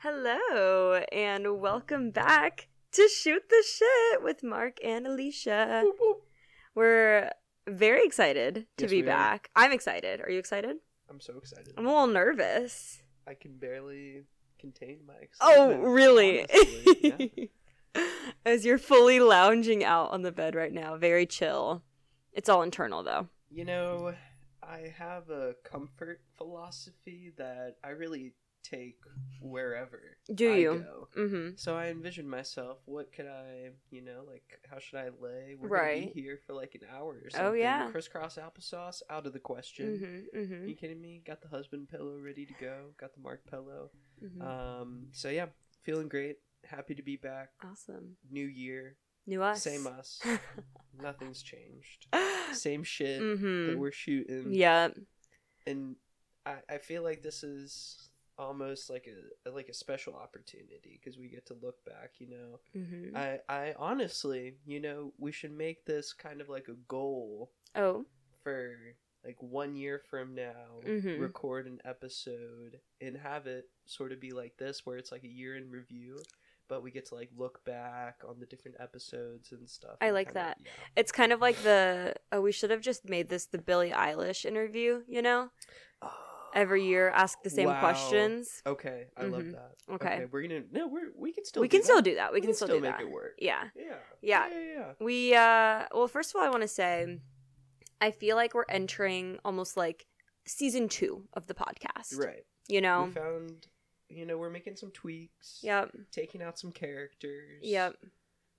Hello, and welcome back to Shoot the Shit with Mark and Alicia. We're very excited to Yes, be we are. back. I'm excited. Are you excited? I'm so excited. I'm a little nervous. I can barely contain my Oh, excitement. really? honestly. Yeah. As you're fully lounging out on the bed right now, very chill. It's all internal, though. You know, I have a comfort philosophy that I really take wherever Do I you? go. Mm-hmm. So I envision myself, what could I, you know, like how should I lay? We're gonna Right. Oh, be here for like an hour or something. yeah. Crisscross applesauce, out of the question. Mm-hmm. Mm-hmm. You kidding me? Got the husband pillow ready to go. Got the Mark pillow. hmm Um, so yeah, feeling great. Happy to be back. awesome. New year, New us. same uh, us. Nothing's changed. mm-hmm. Same shit that we're shooting. Yeah. and I, I feel like this is almost like a like a special opportunity because we get to look back. You know, Mm-hmm. I I honestly, you know, we should make this kind of like a goal Oh. for like one year from now Mhm. record an episode and have it sort of be like this where it's like a year in review but we get to like look back on the different episodes and stuff I and like kinda- that. yeah. It's kind of like the oh, we should have just made this the Billie Eilish interview, you know? Every year ask the same Wow. questions. okay i love Mhm. that Okay. we're gonna no we're we can still we can do still that. do that. We, can, still, do make that. it work Yeah. yeah Yeah. yeah yeah, yeah. We uh well first of all I want to say I feel like we're entering almost like season 2 of the podcast. right You know. we found you know we're making some tweaks Yep. taking out some characters Yep.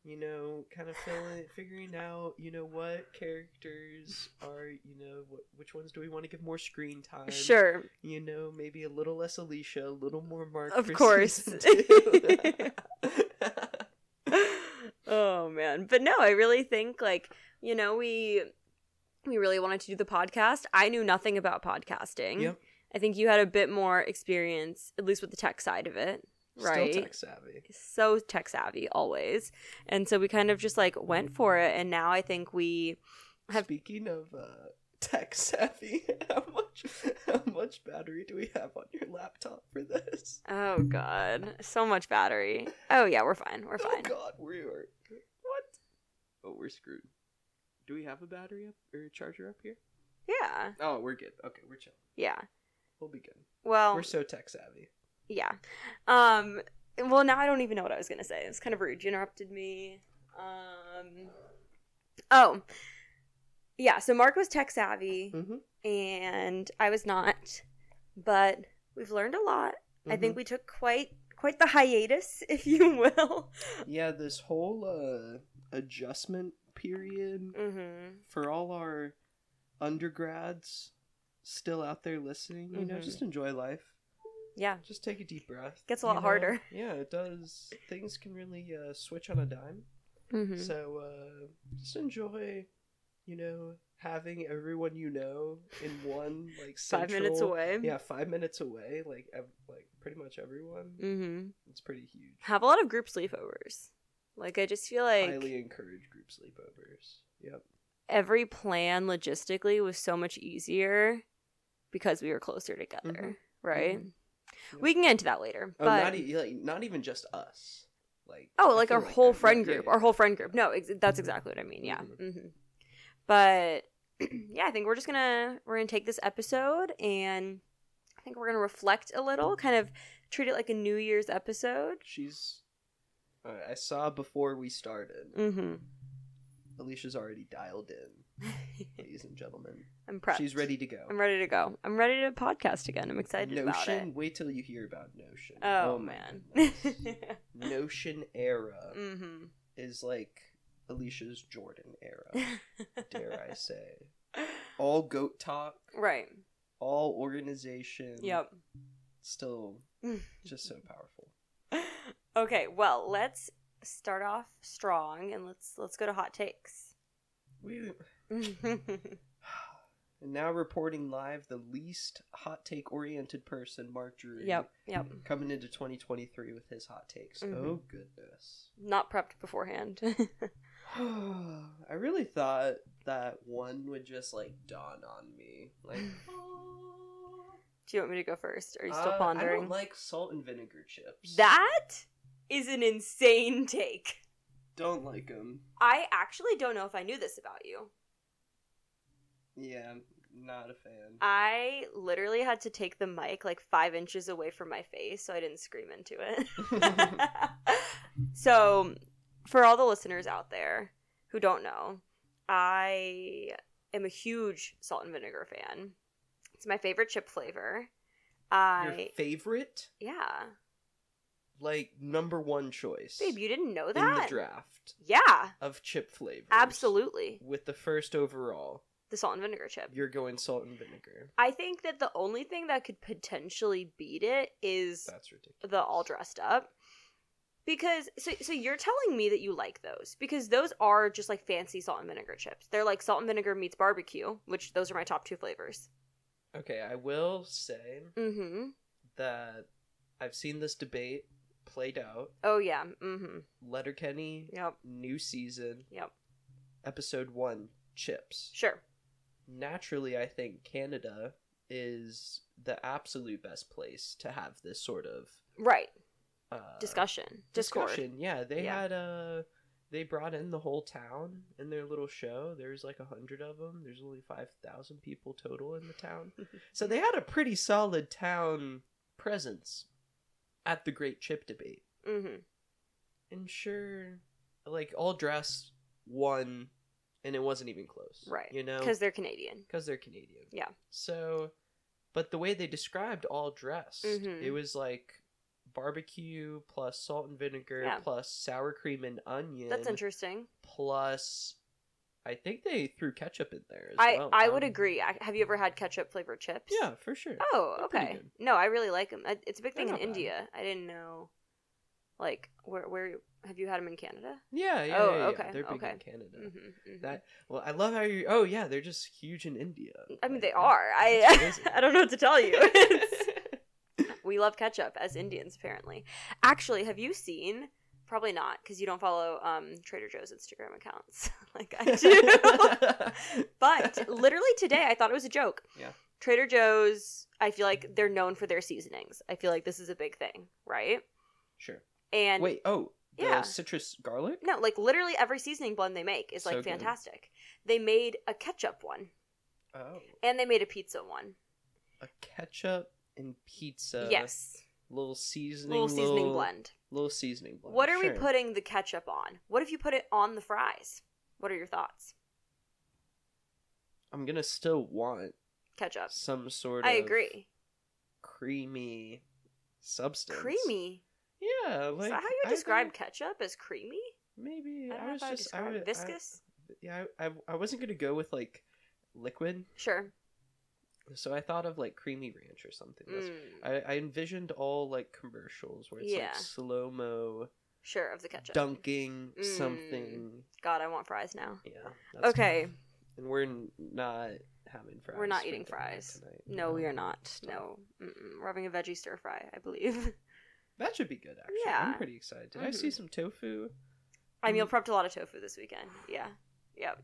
you know, kind of filling, figuring out, you know, what characters are, you know, wh- which ones do we want to give more screen time? Sure. You know, maybe a little less Alicia, a little more Mark. Of for course. season two. oh man. But no, I really think like, you know, we we really wanted to do the podcast. I knew nothing about podcasting. Yep. I think you had a bit more experience, at least with the tech side of it. Right. Still tech savvy. so tech savvy always. And so we kind of just like went for it and now I think we Have- Speaking of uh, tech savvy, how much how much battery do we have on your laptop for this? Oh god. So much battery. Oh yeah, we're fine. We're Oh fine. God, we are what? Oh, we're screwed. Do we have a battery up or a charger up here? Yeah. Oh, we're good. Okay, we're chill. Yeah. We'll be good. Well We're so tech savvy. yeah. Um well now I don't even know what I was gonna say. It's kind of rude. You interrupted me. Um Oh. Yeah, so Mark was tech savvy Mm-hmm. and I was not. But we've learned a lot. I mm-hmm. think we took quite quite the hiatus, if you will. yeah, this whole uh, adjustment period Mm-hmm. for all our undergrads still out there listening. You know, Mhm. just enjoy life. Yeah. Just take a deep breath. Gets a you lot harder. Yeah, it does. Things can really uh, switch on a dime. Mm-hmm. So uh, just enjoy, you know, having everyone you know in one like Five minutes central- away. Yeah, five minutes away. Like ev- like pretty much everyone. Mm-hmm. It's pretty huge. Have a lot of group sleepovers. Like I just feel like highly encourage group sleepovers. Yep. every plan logistically was so much easier because we were closer together, Mhm. right? Mhm. Yep. We can get into that later, Oh, but not, e- like, not even just us. Like oh, I like feel our whole that- yeah, friend yeah, group, yeah. our whole friend group. No, ex- that's exactly what I mean. Yeah. Mhm. hmm But yeah, I think we're just gonna we're gonna take this episode and I think we're gonna reflect a little, kind of treat it like a New Year's episode. She's. Uh, I saw before we started. Mm-hmm. Alicia's already dialed in, ladies and gentlemen. I'm prepped. She's ready to go. I'm ready to go. I'm ready to podcast again. I'm excited Notion. about it. Wait till you hear about Notion. Oh, my man. goodness. Notion era mm-hmm. is like Alicia's Jordan era. Oh, dare I say? All goat talk. Right. All organization. Yep. Still, just so powerful. okay. Well, let's start off strong and let's let's go to hot takes. We mm-hmm. And now reporting live the least hot take oriented person, Mark Drury. Yep, yep. Coming into 2023 with his hot takes. Mhm. Oh, goodness. Not prepped beforehand. I really thought that one would just like dawn on me. Like, Do you want me to go first? Or are you still Uh, I pondering? don't like salt and vinegar chips. that is an insane take. Don't like them. I actually don't know if I knew this about you. Yeah, I'm not a fan. I literally had to take the mic like five inches away from my face so I didn't scream into it. so, for all the listeners out there who don't know, I am a huge salt and vinegar fan. It's my favorite chip flavor. Your I, favorite, yeah. like number one choice Babe, you didn't know in the that? draft yeah, of chip flavors. absolutely. With the first overall, The salt and vinegar chip. you're going salt and vinegar. I think that the only thing that could potentially beat it is That's ridiculous. the all dressed up because so so you're telling me that you like those because those are just like fancy salt and vinegar chips. They're like salt and vinegar meets barbecue, which those are my top two flavors. Okay, I will say Mm-hmm. Mhm. that I've seen this debate played out. Oh yeah. Mhm. Letterkenny, Yep. new season, Yep. episode one, chips. Sure. naturally i think canada is the absolute best place to have this sort of Right. uh, Discussion. Discord. discussion. yeah they Yeah. had uh they brought in the whole town in their little show there's like a hundred of them there's only 5000 people total in the town so they had a pretty solid town presence at the great chip debate Mhm. and sure like all dressed won and it wasn't even close Right. you know Cuz they're Canadian. because they're Canadian. Yeah. So, but the way they described all dressed, Mhm. it was like barbecue plus salt and vinegar Yeah. plus sour cream and onion. That's interesting. Plus, I think they threw ketchup in there. As I well. I would Um, agree. I, have you ever had ketchup flavored chips? Yeah, for sure. Oh, They're pretty okay. good. No, I really like them. It's a big They're thing in not bad. India. I didn't know. Like, where where have you had them in Canada? Yeah, yeah, Oh, yeah, yeah. okay, They're big okay. in Canada. hmm That well, I love how you. Oh yeah, they're just huge in India. I mean, Like, they that's- are. that's I crazy. I don't know what to tell you. It's- we love ketchup as Indians, apparently. Actually, have you seen? Probably not, because you don't follow um, Trader Joe's Instagram accounts like I do. but literally today, I thought it was a joke. Yeah. Trader Joe's. I feel like they're known for their seasonings. I feel like this is a big thing, right? sure. And Wait. Oh, the Yeah. citrus garlic. No, like literally every seasoning blend they make is like So good. fantastic. They made a ketchup one Oh. and they made a pizza one. a ketchup and pizza. yes. Little seasoning. Little seasoning blend. Little seasoning blend. What are we sure. putting the ketchup on? What if you put it on the fries? What are your thoughts? I'm gonna still want Ketchup. some sort of. I agree. Creamy substance. Creamy. Yeah. Is Like that how I you describe think ketchup as creamy? Maybe I I, don't know was if I would just I describe would- I- viscous. yeah, I, I I wasn't gonna go with like liquid, Sure. so I thought of like creamy ranch or something. That's, Mm, I I envisioned all like commercials where it's Yeah. like slow mo sure of the ketchup. dunking Mm. something. God, I want fries now. Yeah. that's okay. tough. And we're n- not having fries. We're not for eating dinner fries. tonight. No, we are not. Stop. No. Mm-mm. We're having a veggie stir fry, I believe. That should be good, actually. Yeah. I'm pretty excited. Did I see Mhm. some tofu? I meal Mm. prepped a lot of tofu this weekend. Yeah. Yep.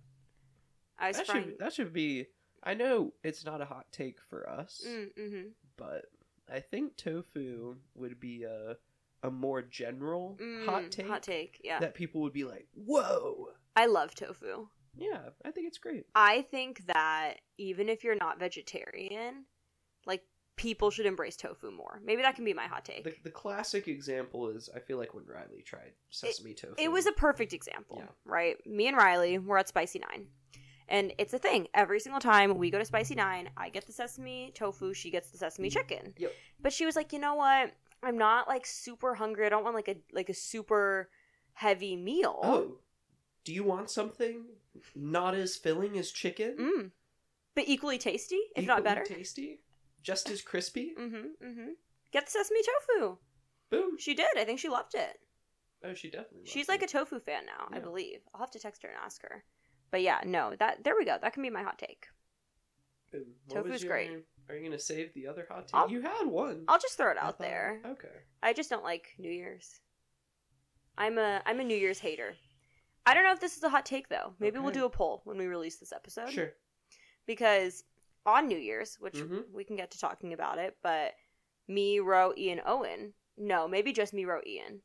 I was That frying. should, that should be. I know it's not a hot take for us, Mm, mhm. but I think tofu would be a, a more general hot Mm, take, Hot take. Yeah. that people would be like, whoa. I love tofu. Yeah, I think it's great. I think that even if you're not vegetarian, like people should embrace tofu more. Maybe that can be my hot take. The, the classic example is I feel like when Riley tried sesame tofu. It was a perfect example, Yeah. right? Me and Riley were at Spicy Nine. And it's a thing. Every single time we go to Spicy Nine, I get the sesame tofu, she gets the sesame chicken. Mm-hmm. Yep. But she was like, you know what? I'm not like super hungry. I don't want like a like a super heavy meal. Oh, do you want something not as filling as chicken? Mm. But equally tasty, if Equally not better. tasty, just as crispy. mm-hmm. Mm-hmm. Get the sesame tofu. Boom. She did. I think she loved it. Oh, she definitely. loves She's like a it. tofu fan now, I Yeah. believe. I'll have to text her and ask her. But yeah, no, that there we go. That can be my hot take. Boom. What tofu's was your- great. Are you gonna save the other hot I'll- take? You had one I'll just throw it I out thought- there. Okay. I just don't like New Year's. I'm a I'm a New Year's hater. I don't know if this is a hot take though. Maybe we'll Okay. do a poll when we release this episode. Sure. Because on New Year's, which Mhm. we can get to talking about it, but me, Ro, Ian, Owen, no, maybe just me, Ro, Ian,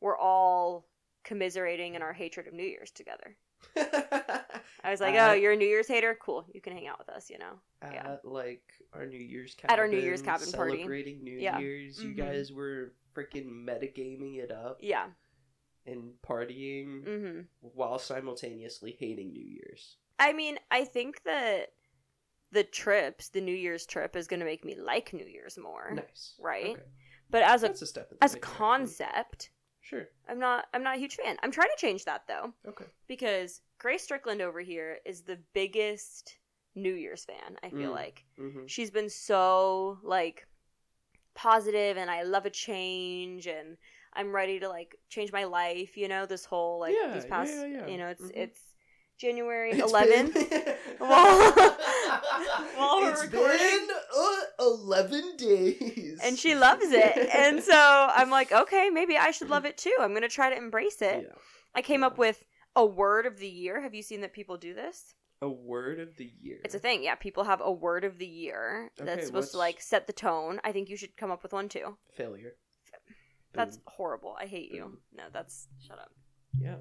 we're all commiserating in our hatred of New Year's together. I was like, Uh, oh, you're a New Year's hater? Cool. You can hang out with us, you know? Yeah. At like our New Year's cabin. At our New Year's cabin party. Celebrating New Yeah. Year's. You Mhm. guys were freaking metagaming it up Yeah. and partying hmm while simultaneously hating New Year's. I mean, I think that the trips, the New Year's trip, is going to make me like New Year's more. Nice. Right? Okay. But as a That's a step in the as a right direction. concept, Sure. I'm not I'm not a huge fan. I'm trying to change that though Okay. because Grace Strickland over here is the biggest New Year's fan. I feel Mm. like hmm she's been so like positive and I love a change and I'm ready to like change my life. You know, this whole like Yeah, these yeah, past yeah, yeah. you know it's Mhm. it's January It's 11th. been- While- while we're It's recording. been, uh, 11 days. and she loves it. And so I'm like, okay, maybe I should love it too. I'm going to try to embrace Yeah. it. I came up with a word of the year. Have you seen that people do this? A word of the year. It's a thing. Yeah, people have a word of the year that's Okay, supposed to what's- like set the tone. I think you should come up with one too. Failure. That's Boom. horrible. I hate you. Boom. No, that's shut up. Yeah.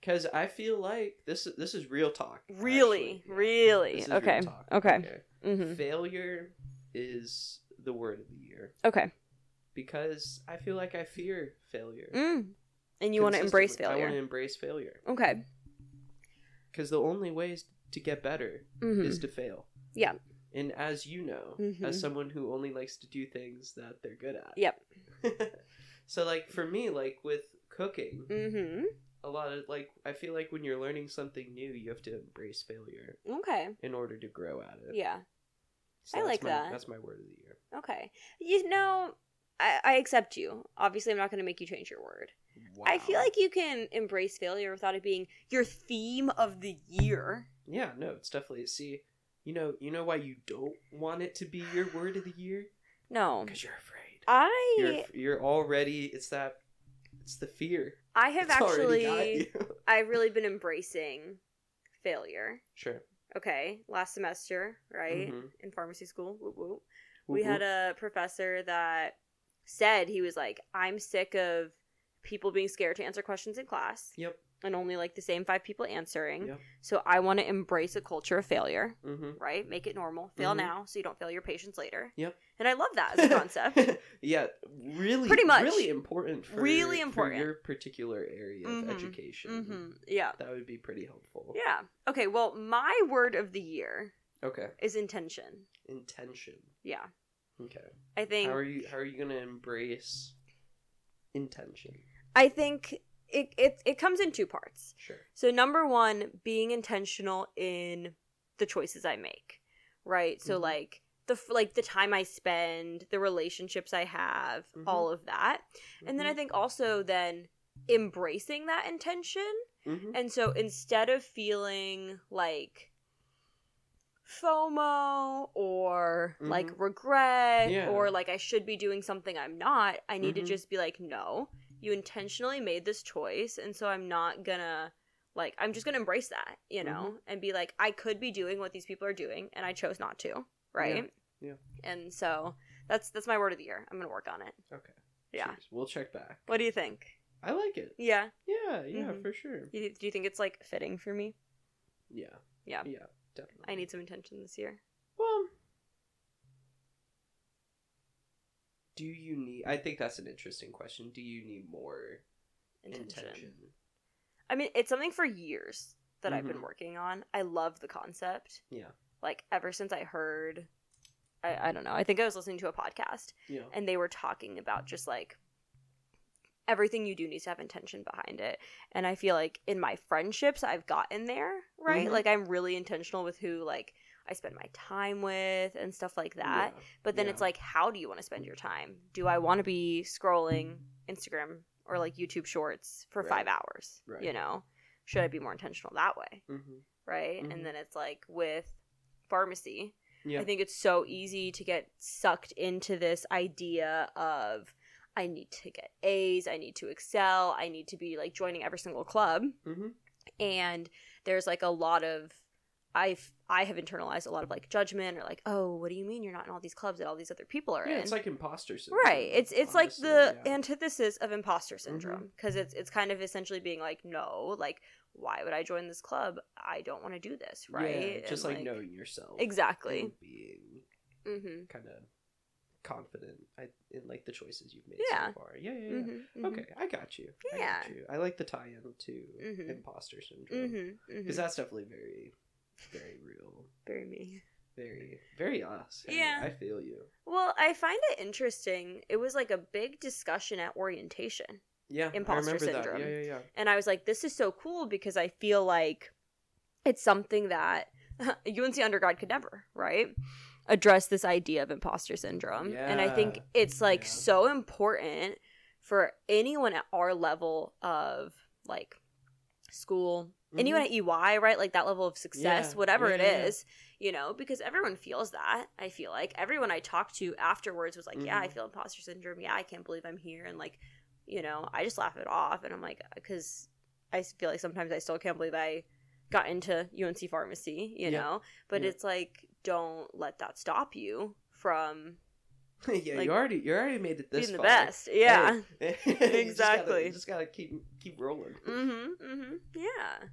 Because I feel like this is this is real talk. Really? actually. Yeah. Really? This is Okay. real talk. Okay. Mm-hmm. Failure is the word of the year Okay. because I feel like I fear failure. Mm. And you want to embrace Consistently. I want to failure. embrace failure Okay. because the only way is to get better hmm is to fail. Yeah. And as you know, Mhm. as someone who only likes to do things that they're good at. Yep. so like for me, like with cooking, hmm a lot of like I feel like when you're learning something new, you have to embrace failure Okay. in order to grow at it. Yeah. So I that's like my- that. That's my word of the year. Okay. You know, I, I accept you. Obviously, I'm not going to make you change your word. I feel Wow. like you can embrace failure without it being your theme of the year. Yeah, no, it's definitely see. You know, you know why you don't want it to be your word of the year? No. Because you're afraid. I You're you're already. It's that. It's the fear. I have It's already got actually you. I've really been embracing failure. sure. Okay, last semester, right? Mhm. In pharmacy school. Whoop, whoop. We Mm-hmm. had a professor that said he was like, "I'm sick of people being scared to answer questions in class Yep. and only like the same five people answering." Yep. So I want to embrace a culture of failure. Mm-hmm. right? Make it normal. Fail Mhm. now so you don't fail your patients later. Yep. And I love that as a concept. yeah, really, Pretty much. really important. For, Really for important. your particular area Mhm. of education. hmm Yeah. That would be pretty helpful. Yeah. Okay, well, my word of the year Okay. is intention. Intention. Yeah. Okay. I think How are you? How are you gonna embrace intention? I think it, it it comes in two parts. Sure. So number 1, being intentional in the choices I make, right? So Mhm. like the f- like the time I spend, the relationships I have, Mhm. all of that. And then I think also then embracing that intention Mhm. And so instead of feeling like FOMO or like regret Mm-hmm. Yeah. or like I should be doing something I'm not, I need Mhm. to just be like, no, you intentionally made this choice. And so I'm not gonna, like, I'm just gonna embrace that, you know, Mm-hmm. and be like, I could be doing what these people are doing and I chose not to. Right. Yeah. And so that's that's my word of the year. I'm gonna work on it. Okay. Yeah. Cheers. We'll check back. What do you think? I like it. Yeah. Yeah, yeah, Mhm. for sure. You, do you think it's like fitting for me? Yeah. Yeah. Yeah, definitely. I need some intention this year. Well, do you need? I think that's an interesting question. Do you need more intention? I mean, it's something for years that I've Mhm. been working on. I love the concept. Yeah. Like ever since I heard I, I don't know. I think I was listening to a podcast Yeah. and they were talking about just like everything you do needs to have intention behind it. And I feel like in my friendships I've gotten there, right? Mhm. Like I'm really intentional with who like I spend my time with and stuff like that. Yeah. But then Yeah. it's like, how do you want to spend your time? Do I want to be scrolling Instagram or like YouTube Shorts for Right. five hours? Right. You know, should I be more intentional that way? Mhm. Right. Mhm. And then it's like with pharmacy, Yeah. I think it's so easy to get sucked into this idea of I need to get A's, I need to excel, I Mm-hmm. need to be like joining every single club Mhm. and there's like a lot of I've I have internalized a lot of like judgment or like, oh, what do you mean you're not in all these clubs that all these other people are Yeah, in? it's like imposter syndrome. right. It's it's honestly, like the yeah. Mm-hmm. antithesis of imposter syndrome because it's it's kind of essentially being like, no, like why would I join this club? I don't want to do this, Yeah, right? just And, like, knowing yourself. exactly. and being Mm-hmm. kind of confident I, in like the choices you've made Yeah. so far. Yeah, yeah, yeah. Mm-hmm. Okay, I got you. I Yeah. got you. I like the tie-in to Mhm. imposter syndrome Mm-hmm. because that's definitely very, very real, Very me. very, very us. Hey, Yeah. I feel you. Well, I find it interesting. It was like a big discussion at orientation. Yeah, Imposter I remember syndrome. That. Yeah, yeah, yeah. and I was like, this is so cool because I feel like it's something that UNC undergrad could never, right? Address this idea of imposter syndrome. And I think Yeah. it's like Yeah. so important for anyone at our level of like school, anyone at EY, E right? Like that level of success, Mm-hmm. Yeah. whatever Yeah, it yeah, yeah. is, you know, because everyone feels that. I feel like everyone I talked to afterwards was like, yeah, I Mhm. feel imposter syndrome. Yeah, I can't believe I'm here. And like, you know, I just laugh it off. And I'm like, because I feel like sometimes I still can't believe I got into UNC pharmacy, you Yeah. know, but Yeah. it's like, don't let that stop you from Mhm. yeah, like, you already you already made it this being the far. best. Yeah. Hey, you just gotta- Exactly. you just gotta keep keep rolling. Mm-hmm. Mm-hmm. Yeah.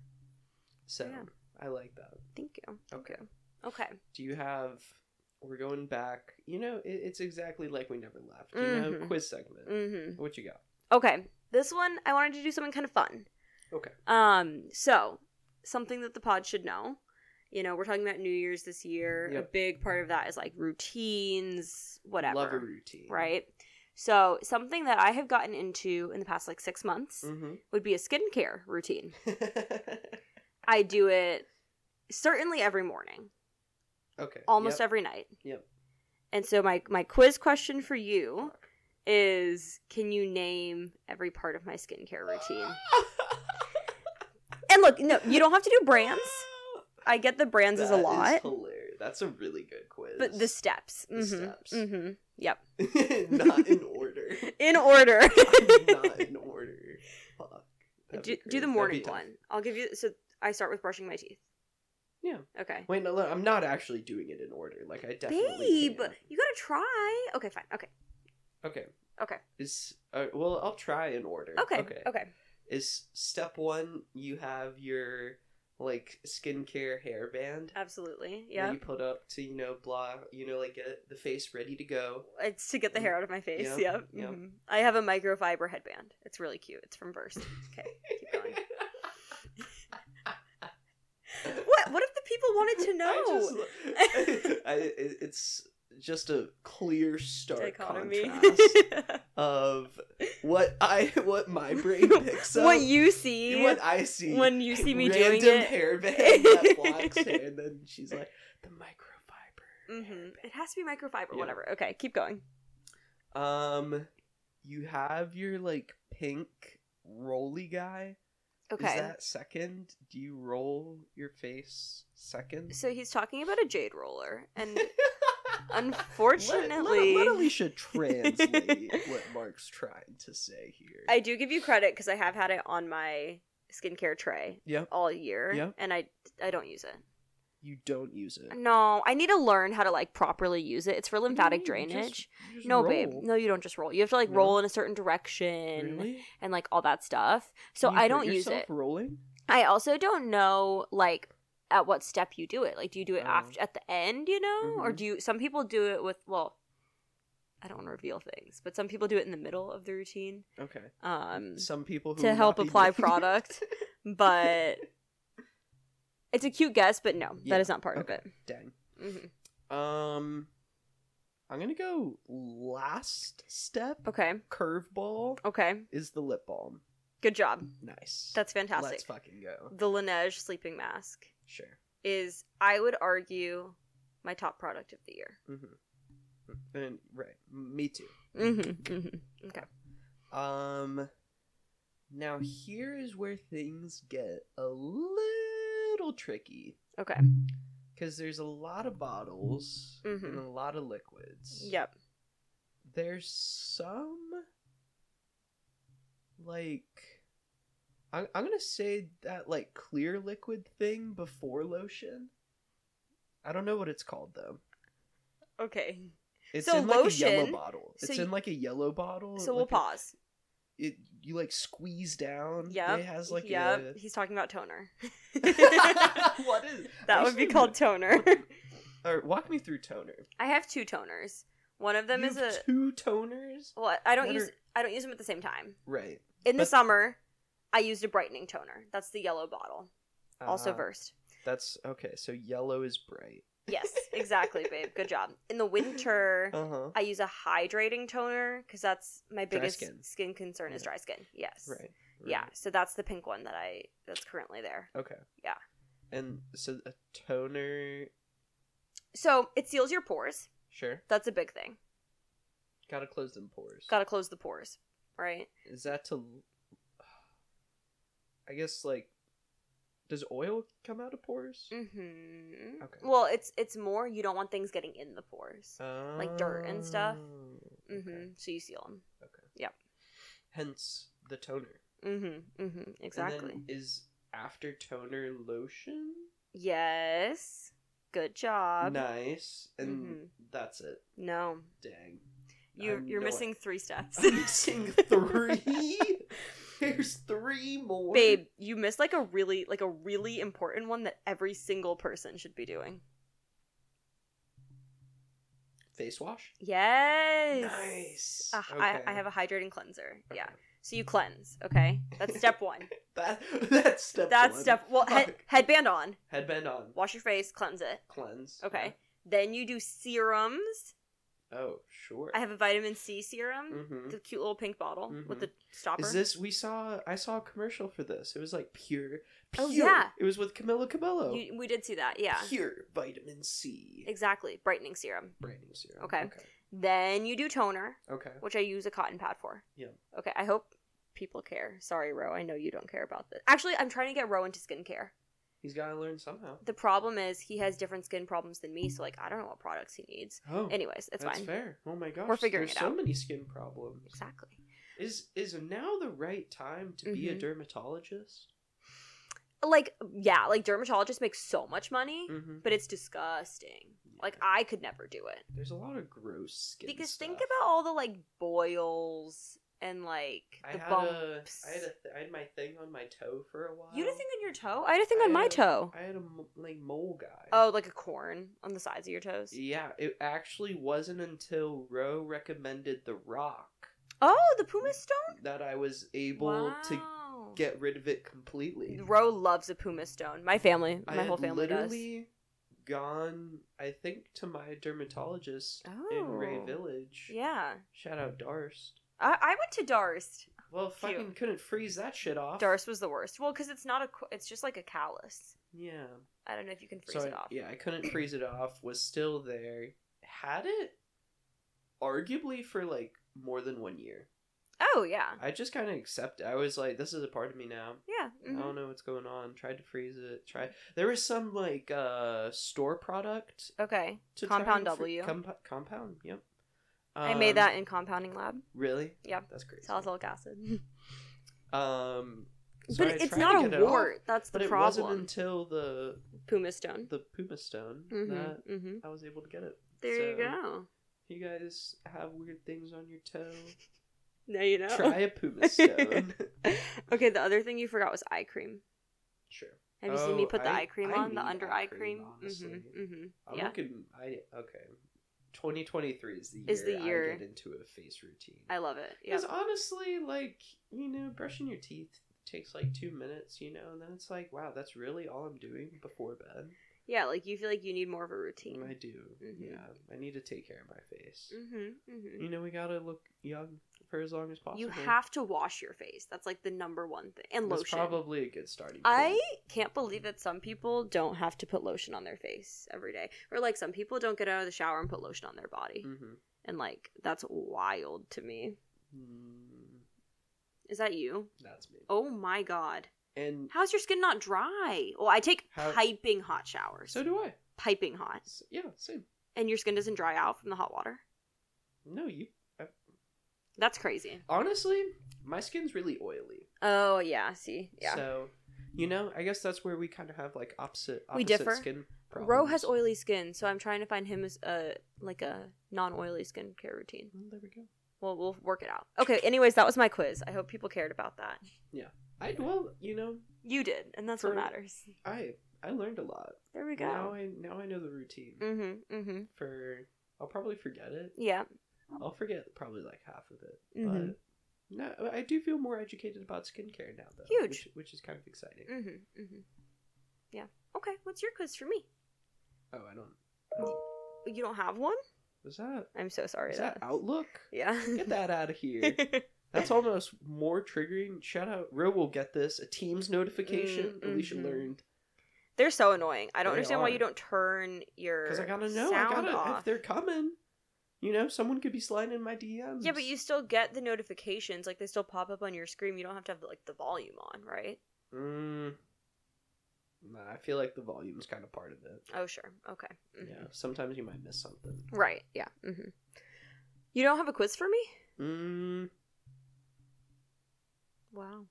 So Yeah. I like that. Thank you. Okay. Okay. do you have we're going back you know it, it's exactly like we never left you know Mhm. quiz segment Mm-hmm. what you got Okay. This one I wanted to do something kind of fun. Okay. Um, so something that the pod should know. You know, we're talking about New Year's this year. A Yep. big part of that is like routines, whatever. love a routine Right? So something that I have gotten into in the past like six months hmm would be a skincare routine. I do it certainly every morning, okay almost yep. every night. Yep. And so my my quiz question for you is can you name every part of my skincare routine? And look, no, you don't have to do brands. I get the brands is a That lot, hilarious. that's a really good quiz but the steps. The hmm steps. hmm Yep. not in order In order. not in order Fuck. That'd do, be do great. That'd the be morning tough. one. I'll give you. So I start with brushing my teeth. Yeah. Okay. wait no look, i'm not actually doing it in order like i definitely Babe, can. you gotta try. Okay, fine. Okay. okay Okay. is uh, well i'll try in order Okay. Okay. is step one you have your like skincare hairband Absolutely. that Yeah. you put up to you know blah you know like get the face ready to go It's to get the hair out of my face. Yeah, Yep. yeah. Mhm. I have a microfiber headband. It's really cute. It's from Verse. Okay. Keep going. What? What if the people wanted to know? I just- I- it- it's just a clear stark Dichotomy. contrast of what i what my brain picks up what you see what i see when you see me random doing it. hairband that blocks hair and then she's like the microfiber hmm hairband. It has to be microfiber, Yeah. whatever. Okay, keep going. Um, you have your like pink rolly guy. Is Okay. that second? Do you roll your face second? So he's talking about a jade roller, and Let, let, unfortunately, let Alicia translate what Mark's trying to say here. I do give you credit because I have had it on my skincare tray Yep. all year, Yeah. and I I don't use it. You don't use it. No, I need to learn how to like properly use it. It's for What do you lymphatic mean? You just- drainage. you just no, babe. roll. No, you don't just roll. You have to like No? roll in a certain direction Really? and like all that stuff. So You I hurt don't use yourself it. Rolling? I also don't know like at what step you do it. Like, do you do it Oh. after at the end, you know, or Mhm. do you? Some people do it with well, I don't want to reveal things, but some people do it in the middle of the routine. Okay. Um, Some people who to will help not be apply looking- product, but it's a cute guess, but no, Yeah, that is not part okay. of it. Dang. Mhm. Um, I'm gonna go last step. Okay, Curveball okay, is the lip balm. good job. Nice. That's fantastic. Let's fucking go. The Laneige sleeping mask Sure. is, I would argue, my top product of the year. Mm-hmm. And right, me too. Mm-hmm, mm-hmm. Okay. Um, now here is where things get a little tricky Okay. because there's a lot of bottles and Mhm. a lot of liquids. Yep. there's some like I'm, I'm gonna say that like clear liquid thing before lotion I don't know what it's called though. Okay. It's So in like a yellow lotion- bottle. so It's you- in like a yellow bottle. So we'll like a- pause. It, you like squeeze down. Yep. It has like yep. a. He's talking about toner. what is that I would be should- called toner. All right, walk me through toner. I have two toners. One of them You is a have two toners. well, I don't What use are- I don't use them at the same time. Right. In the But- summer, I used a brightening toner. That's the yellow bottle. Also Ah, versed. That's okay. So yellow is bright. Yes, exactly, babe. Good job. In the winter, Uh huh. I use a hydrating toner because that's my Dry biggest skin. skin. concern is Yeah. dry skin. Yes. Right. right. Yeah. So that's the pink one that I that's currently there. Okay. Yeah. And so a toner. So it seals your pores. Sure. That's a big thing. Gotta close them pores. Got to close the pores, right? Is that to? I guess like, does oil come out of pores? Mm-hmm. Okay. Well, it's it's more you don't want things getting in the pores. Mm, like dirt and stuff. Oh, Mm-hmm. Okay. So you seal them. okay. Yep. Hence the toner. Mm-hmm. Mm-hmm. Exactly. And then is after toner lotion? Yes. Good job. nice. And Mhm. that's it. No. Dang. You're, I'm you're no- missing three steps. I'm missing three. There's three more. Babe, you missed like a really like a really important one that every single person should be doing. Face wash. Yes. Nice. Uh, I, I Okay. have a hydrating cleanser. Okay. Yeah. So you cleanse, okay? That's step one. That that's step. That's one. step well head, Fuck. headband on. Headband on. Wash your face, cleanse it. Cleanse. Okay. Then you do serums. Yeah. Oh sure. I have a vitamin C serum. Mhm. The cute little pink bottle with the stopper. Mm-hmm. Is this we saw? I saw a commercial for this. It was like pure. pure. Oh, yeah. It was with Camilla Cabello. You, we did see that, yeah. Pure vitamin C. Exactly. Brightening serum. Branding serum. Okay. Okay. Then you do toner. Okay. which I use a cotton pad for. Yeah. Okay, I hope people care. Sorry, Ro, I know you don't care about this. Actually, I'm trying to get Ro into skincare. He's got to learn somehow. The problem is he has different skin problems than me, so like I don't know what products he needs. Oh. Anyways, it's that's fine. fair. Oh my gosh. We're figuring There's it so out. many skin problems. Exactly. Is is now the right time to be a Mhm. dermatologist? Like yeah, like dermatologists make so much money, Mm-hmm. but it's disgusting. Like I could never do it. There's a lot of gross skin. because stuff. think about all the like boils and like I the had bumps. a I had a th- I had my thing on my toe for a while. you had a thing on your toe? I had a thing I on my had a- toe. I had a m- like mole guy. Oh, like a corn on the sides of your toes. Yeah, it actually wasn't until Roe recommended The Rock Oh, the pumice stone? that I was able to get rid of it completely. Ro loves a pumice stone. My family, I my had whole family literally gone, I think, to my dermatologist in Ray Oh. Village. does. Yeah, Shout out Darst. I, I went to Darst. Well, fucking couldn't freeze that shit off. Darst was the worst. Well, because it's not a, co- it's just like a callus. Yeah. I don't know if you can freeze So I- it off. yeah, I couldn't freeze it off. Was still there. Had it, arguably for like more than one year. Oh yeah, I just kind of accept. I was like, this is a part of me now. yeah. mhm. I don't know what's going on. Tried to freeze it. Try. There was some like uh store product Okay, to try Compound and fr- W. comp- compound. Yep. I Um, made that in compounding lab. Really? Yeah. That's crazy. Salicylic acid. Um, so but I it's tried to not get a it off, wart. That's but the it wasn't problem. until the Pumice stone. the Puma Stone hmm that hmm I was able to get it. There you So, go. if You guys have weird things on your toe. Now you know. Try a Puma Stone. okay, the other thing you forgot was eye cream. sure. Have you seen me Oh, put the I- eye cream I on the need under eye eye cream, cream? honestly. hmm hmm I'm yeah. looking. I okay. 2023 is the year, Is the year. I get into a face routine. I love it. Yeah. Because honestly, like you know, brushing your teeth takes like two minutes. You know, and then it's like, wow, that's really all I'm doing before bed. Yeah, like you feel like you need more of a routine. I do. Mhm. Yeah, I need to take care of my face. Mm-hmm, mm-hmm. You know, we gotta look young for as long as possible. You have to wash your face. That's like the number one thing. And That's lotion. probably a good starting. I point. can't believe that some people don't have to put lotion on their face every day. Or like some people don't get out of the shower and put lotion on their body. Mhm. And like that's wild to me. Mm, Is that you? that's me. Oh my god. And How's your skin not dry? Well, I take How- piping hot showers. so do I. piping hot. S- Yeah, same. And your skin doesn't dry out from the hot water? No, you. That's crazy. Honestly, my skin's really oily. Oh yeah, see. Yeah. So, you know, I guess that's where we kind of have like opposite opposite We differ. skin problems. Ro has oily skin, so I'm trying to find him as a like a non-oily skincare routine. Mm, There we go. Well, we'll work it out. Okay. Anyways, that was my quiz. I hope people cared about that. I well, you know, You did, and that's For- what matters. I I learned a lot. There we Now go. I now I know the routine Mm-hmm. Mm-hmm. for. I'll probably forget it. Yeah. I'll forget probably like half of it. Mhm. But no, I do feel more educated about skincare now though. Huge. Which, which is kind of exciting. Mm-hmm. Mm-hmm. Yeah. Okay. What's your quiz for me? Oh, I don't. I don't- You don't have one? Was that? I'm so sorry. Was that that. Outlook? Yeah. Get that out of here. That's almost more triggering. Shout out. Real will get this. A Teams notification. Mm, Alicia mhm. learned. They're so annoying. I don't They understand why are. you don't turn your Because I gotta know. I sound gotta. If off. they're coming, you know, someone could be sliding in my DMs. Yeah, but you still get the notifications. Like they still pop up on your screen. You don't have to have like the volume on, right? Mm, nah, I feel like the volume's kind of part of it. Oh, sure. Okay. Mhm. Yeah. Sometimes you might miss something. Right. Yeah. hmm You don't have a quiz for me? Mm, Wow.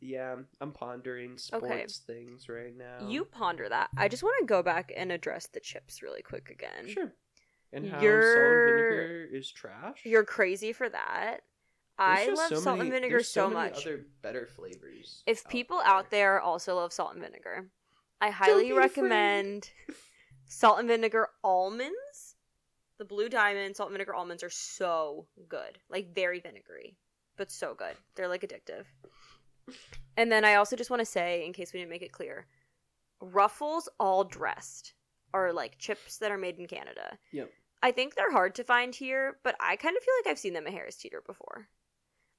yeah. I'm pondering Okay. sports things right now. You ponder that. I just want to go back and address the chips really quick again. Sure. And how salt and You're- vinegar is trash. You're crazy for that. I There's love just so salt many- and vinegar there's so, many much. Other better flavors. If people out there also love salt and vinegar, I highly be afraid. recommend salt and vinegar almonds. The blue diamond salt and vinegar almonds are so good. Like very vinegary, but so good. They're like addictive. And then I also just want to say, in case we didn't make it clear, Ruffles all dressed are like chips that are made in Canada. Yep. I think they're hard to find here, but I kind of feel like I've seen them at Harris Teeter before.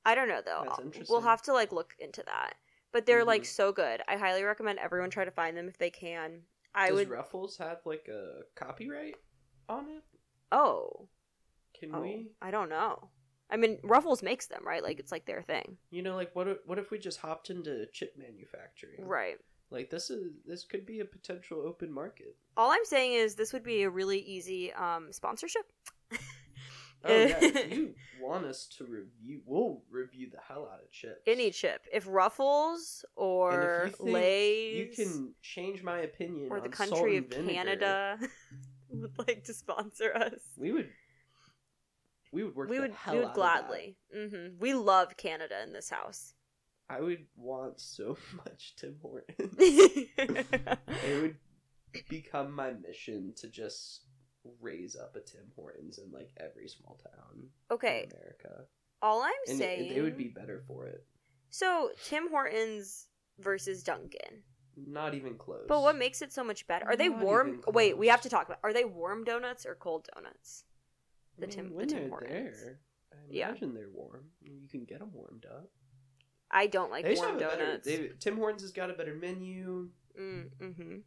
I don't know though. That's I'll- interesting. We'll have to like look into that. But they're like Mhm. so good. I highly recommend everyone try to find them if they can. I Does would. Ruffles have like a copyright on it? oh, Can oh, we? I don't know. I mean, Ruffles makes them right. Like it's like their thing, You know, like what? If, what if we just hopped into chip manufacturing? right? Like this is this could be a potential open market. All I'm saying is this would be a really easy um, sponsorship. Oh yeah, if you want us to review? We'll review the hell out of chips. Any chip, if Ruffles or And if you think You Lay's can change my opinion. or the on salt country and of vinegar. Canada would like to sponsor us, We would. We would work. we the would hell we out would of that. gladly. hmm We love Canada in this house. I would want so much Tim Hortons. it I would become my mission to just raise up a Tim Hortons in like every small town okay, in America. all I'm And it- saying it, they would be better for it. so Tim Hortons versus Duncan. Not even close. But what makes it so much better? Are they Not warm? even Wait, we have to close. talk about. Are they warm donuts or cold donuts? the Tim- the when Tim they're Hortons? there, I Yeah. imagine they're warm. You can get them warmed up. I don't like They just warm have a better- donuts. they- Tim Hortons has got a better menu. Mm, hmm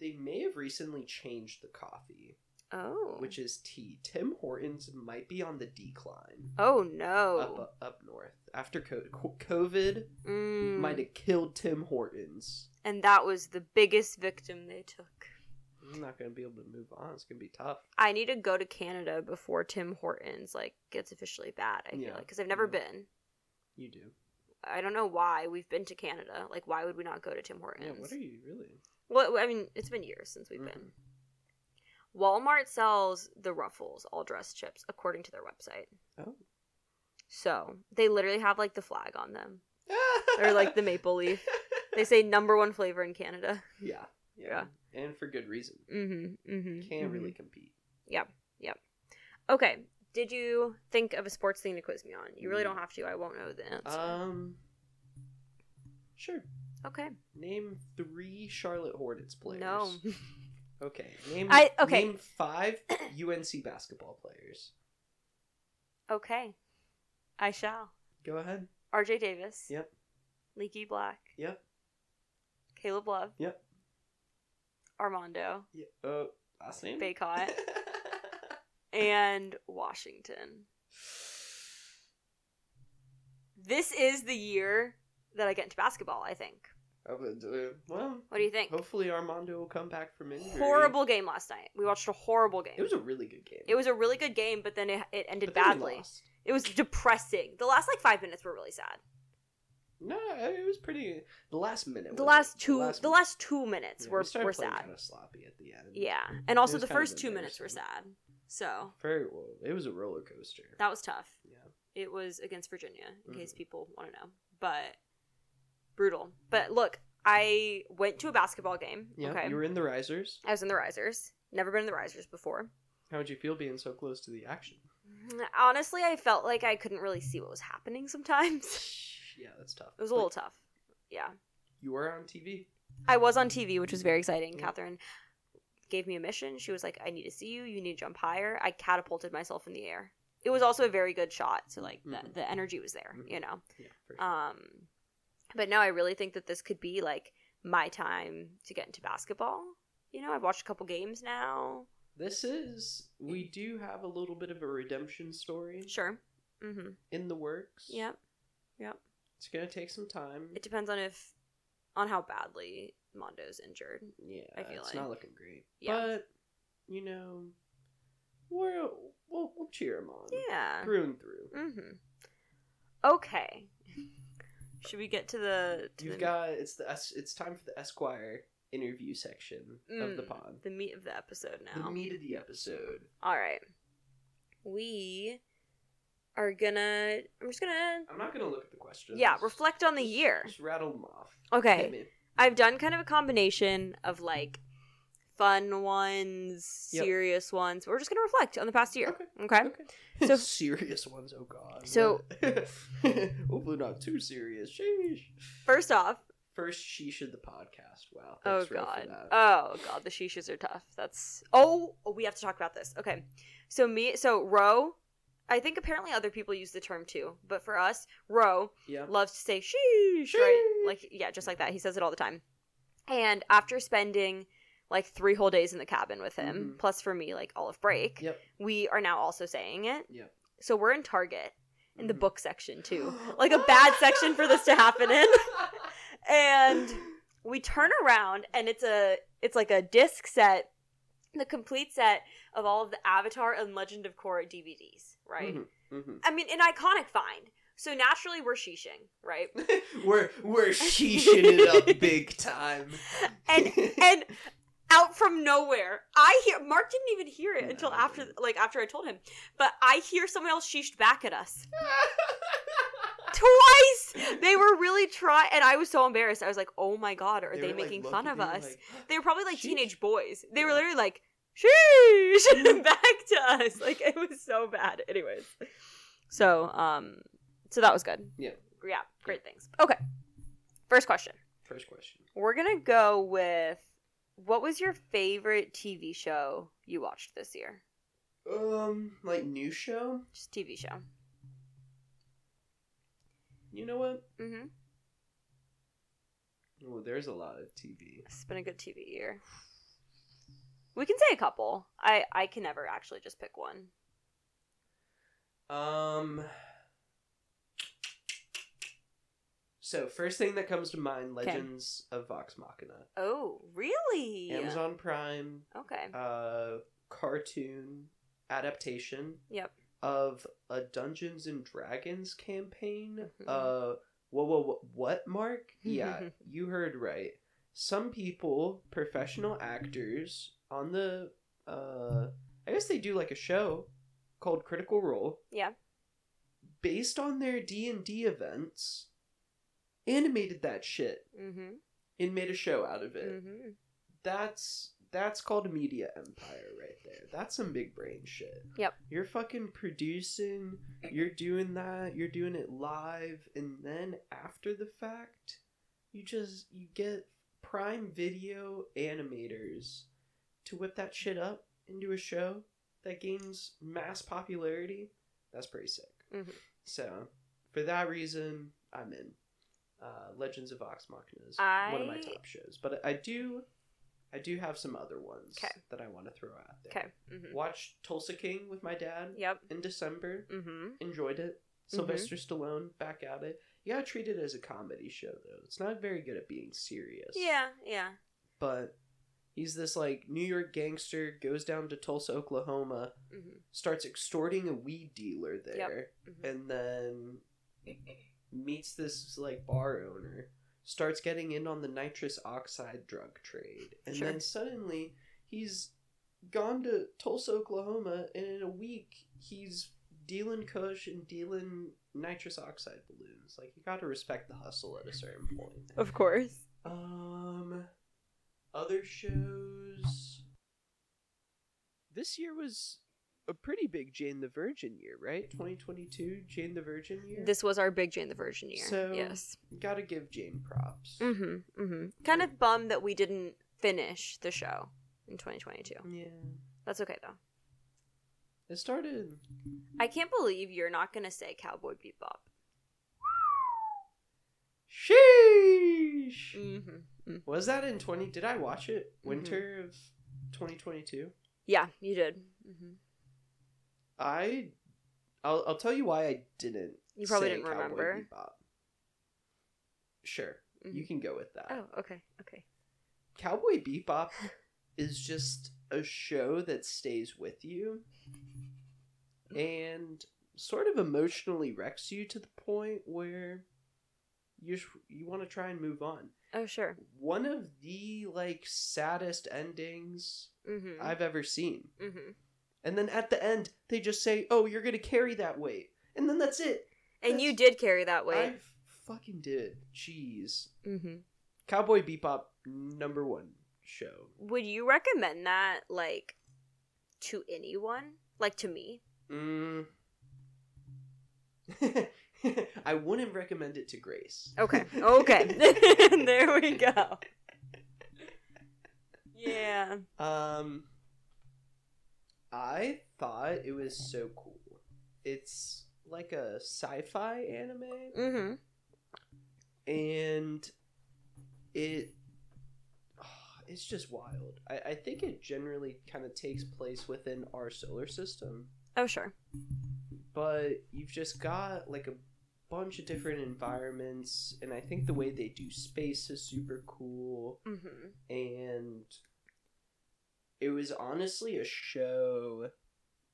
They may have recently changed the coffee, Oh. which is tea. Tim Hortons might be on the decline oh no. up uh, up north after co- co- COVID. Mm. might have killed Tim Hortons. And that was the biggest victim they took. I'm not gonna be able to move on. It's gonna be tough. I need to go to Canada before Tim Hortons like gets officially bad. I feel like Yeah, like because I've never yeah. been. You do. I don't know why we've been to Canada. Like, why would we not go to Tim Hortons? Yeah. What are you really? Well, I mean, it's been years since we've been. Mhm. Walmart sells the Ruffles all dressed chips according to their website. Oh. So they literally have like the flag on them or like the maple leaf. They say number one flavor in Canada. yeah, yeah. And for good reason. Mm hmm. Mm hmm. Can't really compete. Okay. Did you think of a sports thing to quiz me on? You really don't No. have to. I won't know the answer. Um. Sure. okay. Name three Charlotte Hornets players. No. Okay. Name. I- okay. Name five UNC basketball players. okay. I shall. Go ahead. RJ Davis. Yep. Leaky Black. Yep. Caleb Love. Yep. Armando. Yeah. Uh, last name. Baycott. and Washington. This is the year that I get into basketball, I think. I would, uh, well, What do you think? Hopefully Armando will come back from injury. Horrible game last night. We watched a horrible game. It was a really good game. It was a really good game, but then it, it ended But then we badly. lost. It was depressing. The last like five minutes were really sad. No, it was pretty. The last minute. The was- last two, the last, minute- two minutes yeah, were we started were playing sad. Kind of sloppy at the end. Yeah, and also was the kind of first two minutes were sad. So Very well. It was a roller coaster. that was tough. yeah. It was against Virginia, in case Mhm. people want to know. But brutal. But look, I went to a basketball game. Yeah. okay, You were in the risers. I was in the risers. Never been in the risers before. How would you feel being so close to the action? Honestly, I felt like I couldn't really see what was happening sometimes. yeah, that's tough. It was a But little tough. Yeah. You were on TV. I was on TV, which was very exciting. Yeah. Catherine gave me a mission. She was like, I need to see you. You need to jump higher. I catapulted myself in the air. It was also a very good shot. So, like, the, Mhm. the energy was there, Mhm. you know? Yeah. For sure. Um, but no, I really think that this could be, like, my time to get into basketball. You know, I've watched a couple games now. this is. We do have a little bit of a redemption story Sure. Mm-hmm. in the works. Yep. It's gonna take some time. It depends on if, on how badly Mondo's injured. Yeah, I feel it's like. not looking great. Yeah. But you know, we're, we'll we'll cheer him on. Yeah. through and through. Mm-hmm. Okay. Should we get to the to You've the, got it's the es- it's time for the Esquire interview section of the Mm, pod. the meat of the episode now? The meat of the episode. All right. We are gonna. I'm just gonna. I'm not gonna look at the questions. Yeah, reflect on the Just- year. Just rattle them off. Okay. Hit me. I've done kind of a combination of like fun ones, Yep. serious ones. We're just gonna reflect on the past year. Okay. Okay. Okay. So- serious ones. Oh God. So- hopefully not too serious. Sheesh. First off, First, she should the podcast. Wow. oh Thanks, Ro, god. For that. Oh god, the shishas are tough. That's oh, oh, we have to talk about this. Okay. So me so Ro, I think apparently other people use the term too, but for us, Ro yeah. loves to say sheesh, right? Sheesh. Like yeah, just like that. He says it all the time. And after spending like three whole days in the cabin with him, Mhm. plus for me like all of break, Yep. we are now also saying it. Yep. So we're in Target in the Mhm. book section too. Like a bad section for this to happen in. And we turn around and it's a it's like a disc set the complete set of all of the avatar and legend of korra dvds right Mhm, mhm. i mean an iconic find so naturally we're sheeshing right we're we're sheeshing it up big time. And- and out from nowhere i hear mark didn't even hear it until No. after like after i told him but i hear someone else sheeshed back at us twice they were really trying and i was so embarrassed i was like oh my god are they, were, like, making look- fun they of were, us like, They were probably like Sheesh. teenage boys. They were Yeah. literally like, sheesh, back to us. Like it was so bad. Anyways. So, um, so that was good. Yeah. Yeah. Great things. Okay. First question. First question. We're going to go with what was your favorite TV show you watched this year? Um, like new show. Just TV show. You know what? Mm-hmm. Oh, there's a lot of TV. It's been a good TV year. We can say a couple. I, I can never actually just pick one. Um. So first thing that comes to mind: Okay. Legends of Vox Machina, Oh, really? Amazon Prime, Okay. uh, cartoon adaptation. Yep. Of a Dungeons and Dragons campaign. Mhm. Uh, whoa, whoa, whoa, what, Mark? Yeah, you heard right. Some people, professional actors, on the, uh, I guess they do like a show called Critical Role. Yeah. Based on their D and D events, animated that shit Mm-hmm. and made a show out of it Mm-hmm. that's that's called a media empire right there. That's some big brain shit. Yep. You're fucking producing, you're doing that, you're doing it live, and then after the fact, you just you get prime video animators to whip that shit up into a show that gains mass popularity. That's pretty sick. Mhm. So for that reason, I'm in. Uh, Legends of Vox Machina is one of my I- top shows, but I do I do have some other ones 'Kay. that I want to throw out there. Okay. Mm-hmm. Watched Tulsa King with my dad Yep. in December. Mm-hmm. Enjoyed it. Mhm. Sylvester Stallone back at it. You gotta treat it as a comedy show though. It's not very good at being serious. Yeah. Yeah. But he's this like New York gangster, goes down to Tulsa, Oklahoma, Mm-hmm. starts extorting a weed dealer there, mhm. and then meets this like bar owner, starts getting in on the nitrous oxide drug trade, and Sure. then suddenly he's gone to Tulsa, Oklahoma, and in a week he's dealing kush and dealing nitrous oxide balloons. Like you got to respect the hustle at a certain point. Of course. Um, other shows. This year was a pretty big Jane the Virgin year, right? 2022 Jane the Virgin year. This was our big Jane the Virgin year. So- yes. gotta give Jane props. Mm-hmm. Mm-hmm. Kind of bummed that we didn't finish the show in 2022. Yeah, That's okay though. it started. I can't believe you're not gonna say Cowboy Bebop. Sheesh. Mm-hmm. Was that in 20? Did I watch it? Winter of 2022. Yeah, you did. Mm-hmm. I. I'll, I'll tell you why I didn't. You probably say didn't Cowboy remember. Bebop. Sure, you Mhm. can go with that. Oh, okay, okay. Cowboy Bebop is just a show that stays with you and sort of emotionally wrecks you to the point where you sh- you want to try and move on. Oh, sure. One of the like saddest endings Mm-hmm. I've ever seen. mm-hmm. And then at the end, they just say, "Oh, you're going to carry that weight." And then that's it. And you That's- did carry that weight. I fucking did. Jeez. Mm-hmm. Cowboy Bebop number 1 show. Would you recommend that, like, to anyone? Like to me? Mm. I wouldn't recommend it to Grace. Okay, okay. there we go. Yeah. um, I thought it was so cool. It's like a sci-fi anime, Mm-hmm. and it ah, it's just wild. I, I think it generally kind of takes place within our solar system. Oh, sure. but you've just got like a bunch of different environments and i think the way they do space is super cool Mm-hmm. and it was honestly a show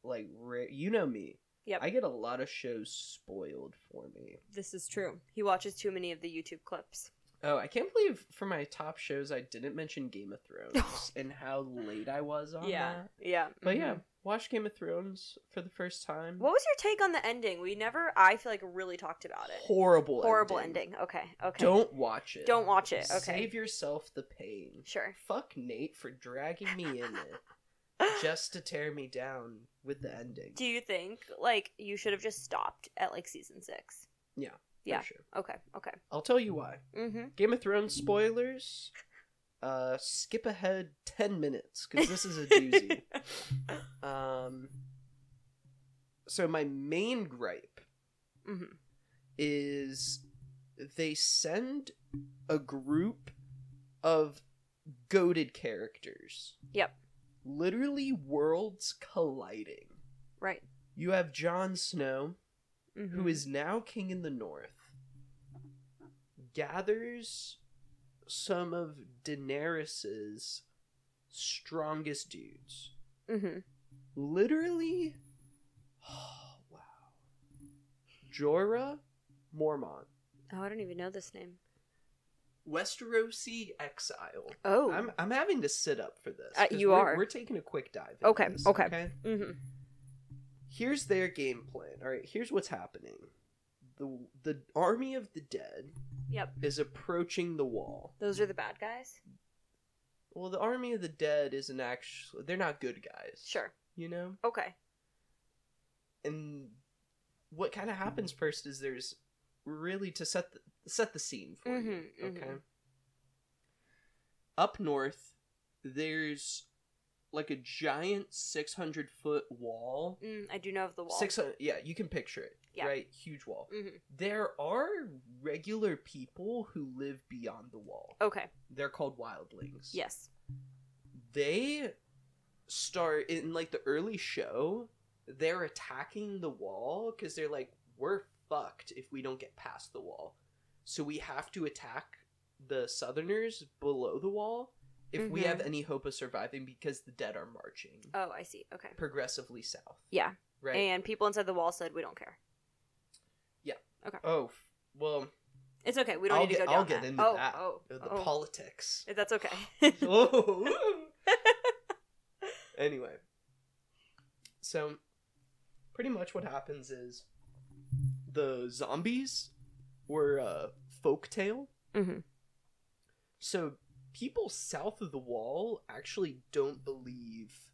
like ra- you know me Yep. i get a lot of shows spoiled for me This is true. He watches too many of the YouTube clips. oh i can't believe for my top shows i didn't mention game of thrones and how late i was on that Yeah. but mhm. yeah watch game of thrones for the first time What was your take on the ending? We never, I feel like, really talked about it. horrible Horrible ending. Okay. Okay. don't watch it Don't watch it. Okay. Save yourself the pain. Sure. Fuck Nate for dragging me in it just to tear me down with the ending. Do you think like you should have just stopped at like season six? For yeah. sure. Okay. Okay. I'll tell you why. Mm-hmm. Game of Thrones spoilers. Uh, skip ahead ten minutes because this is a doozy. um, so my main gripe Mhm. is they send a group of goaded characters. Yep. Literally worlds colliding. Right. You have Jon Snow, Mhm. who is now king in the north, gathers some of Daenerys's strongest dudes. Mhm. Literally, oh, wow. Jorah Mormont, Oh, I don't even know this name. Westerosi exile. Oh. I'm I'm having to sit up for this. Uh, 'cause you we're, are. We're taking a quick dive. into Okay, this, okay. Okay. Mm-hmm. here's their game plan. All right, here's what's happening. The the army of the dead Yep. is approaching the wall. Those are the bad guys. Well, the army of the dead isn't actually they're not good guys. Sure. You know? Okay. And what kind of happens first is there's really to set the, set the scene for you, Mhm, mhm. okay? Up north there's like a giant 600 foot wall. Mm, I do know of the wall. 600 yeah, you can picture it. Yeah. Right? Huge wall. Mhm. There are regular people who live beyond the wall. Okay. They're called wildlings. Oh. Yes. They start in like the early show, they're attacking the wall because they're like, we're fucked if we don't get past the wall. So we have to attack the southerners below the wall if we Mhm. have any hope of surviving because the dead are marching Oh, I see. Okay. progressively south. Yeah. Right? And people inside the wall said we don't care. Oh, f- Well, It's okay. We don't I'll need to get- go I'll down get that. into oh, that. oh, the oh. politics. That's okay. Oh. anyway, so pretty much what happens is the zombies were a folktale. Mhm. So people south of the wall actually don't believe